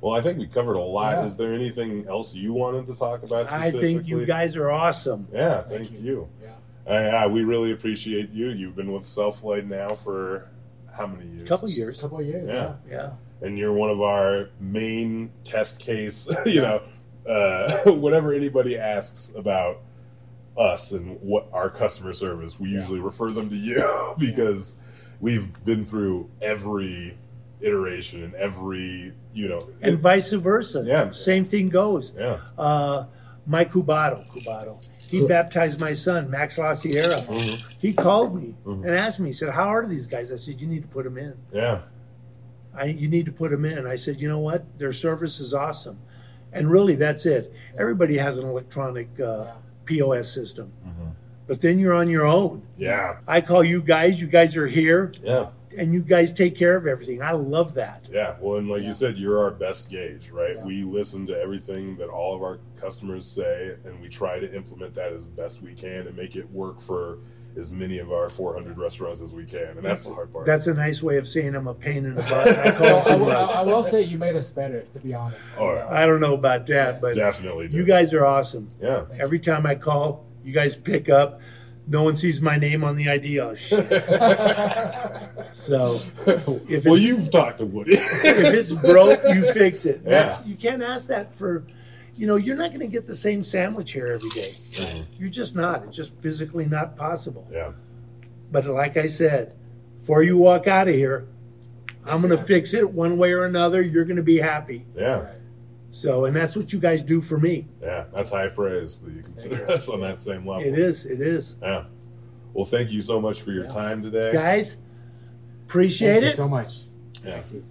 [SPEAKER 2] Well, I think we covered a lot.
[SPEAKER 1] Yeah.
[SPEAKER 2] Is there anything else you wanted to talk about
[SPEAKER 3] i
[SPEAKER 2] specifically?
[SPEAKER 3] think you guys are awesome
[SPEAKER 2] Yeah,
[SPEAKER 1] Thank
[SPEAKER 2] thank,
[SPEAKER 1] you.
[SPEAKER 2] you.
[SPEAKER 1] Yeah.
[SPEAKER 2] Uh, yeah, we really appreciate you. You've been with Selflight now for how many years?
[SPEAKER 3] couple
[SPEAKER 1] A
[SPEAKER 3] years
[SPEAKER 1] couple of years.
[SPEAKER 2] Yeah.
[SPEAKER 1] Yeah.
[SPEAKER 3] yeah
[SPEAKER 2] And you're one of our main test case. You know, uh, whatever anybody asks about us and what our customer service, we
[SPEAKER 1] Yeah.
[SPEAKER 2] usually refer them to you because we've been through every iteration and every you know.
[SPEAKER 3] and vice versa
[SPEAKER 2] Yeah.
[SPEAKER 3] same thing goes
[SPEAKER 2] yeah.
[SPEAKER 3] uh, Mike Cubato, Cubato. He
[SPEAKER 1] Sure.
[SPEAKER 3] baptized my son, Max Laciera.
[SPEAKER 2] Mhm.
[SPEAKER 3] He called me
[SPEAKER 2] Mhm.
[SPEAKER 3] and asked me, he said, How are these guys? I said, You need to put them in.
[SPEAKER 2] Yeah.
[SPEAKER 3] I, you need to put them in. I said, You know what? Their service is awesome. And really, that's it. Everybody has an electronic uh,
[SPEAKER 1] Yeah.
[SPEAKER 3] POS system,
[SPEAKER 2] Mhm.
[SPEAKER 3] but then you're on your own.
[SPEAKER 2] Yeah.
[SPEAKER 3] I call you guys, you guys are here,
[SPEAKER 2] Yeah.
[SPEAKER 3] and you guys take care of everything. I love that.
[SPEAKER 2] Yeah. Well, and like
[SPEAKER 1] Yeah.
[SPEAKER 2] you said, you're our best gauge, right?
[SPEAKER 1] Yeah.
[SPEAKER 2] We listen to everything that all of our customers say, and we try to implement that as best we can and make it work for as many of our 400 restaurants as we can. And that's the hard part.
[SPEAKER 3] That's a nice way of saying I'm a pain in the butt. I
[SPEAKER 1] Well,
[SPEAKER 3] call
[SPEAKER 1] I,
[SPEAKER 3] too
[SPEAKER 1] will,
[SPEAKER 3] much.
[SPEAKER 1] I will say you made us better, to be honest.
[SPEAKER 2] All right.
[SPEAKER 3] I don't know about that, but
[SPEAKER 2] Definitely. do.
[SPEAKER 3] you guys are awesome.
[SPEAKER 2] Yeah.
[SPEAKER 3] Every time I call, you guys pick up. No one sees my name on the ID. Oh, shit. So If
[SPEAKER 2] well,
[SPEAKER 3] it-
[SPEAKER 2] you've talked to Woody.
[SPEAKER 3] if it's broke, you fix it.
[SPEAKER 2] Yeah.
[SPEAKER 3] That's, you can't ask that for, you know, you're not going to get the same sandwich here every day. You're just not. It's just physically not possible.
[SPEAKER 2] yeah.
[SPEAKER 3] But like I said, before you walk out of here, I'm going to fix it one way or another. You're going to be happy.
[SPEAKER 2] Yeah.
[SPEAKER 1] Right.
[SPEAKER 3] So, and that's what you guys do for me.
[SPEAKER 2] Yeah. That's high praise that you consider
[SPEAKER 1] Yeah.
[SPEAKER 2] us on that same level.
[SPEAKER 3] It is. It is.
[SPEAKER 2] Yeah. Well, thank you so much for your
[SPEAKER 1] Yeah.
[SPEAKER 2] time today.
[SPEAKER 3] Guys,
[SPEAKER 1] Thank
[SPEAKER 3] appreciate
[SPEAKER 1] you
[SPEAKER 3] it.
[SPEAKER 1] so much.
[SPEAKER 2] Yeah.
[SPEAKER 1] Thank you.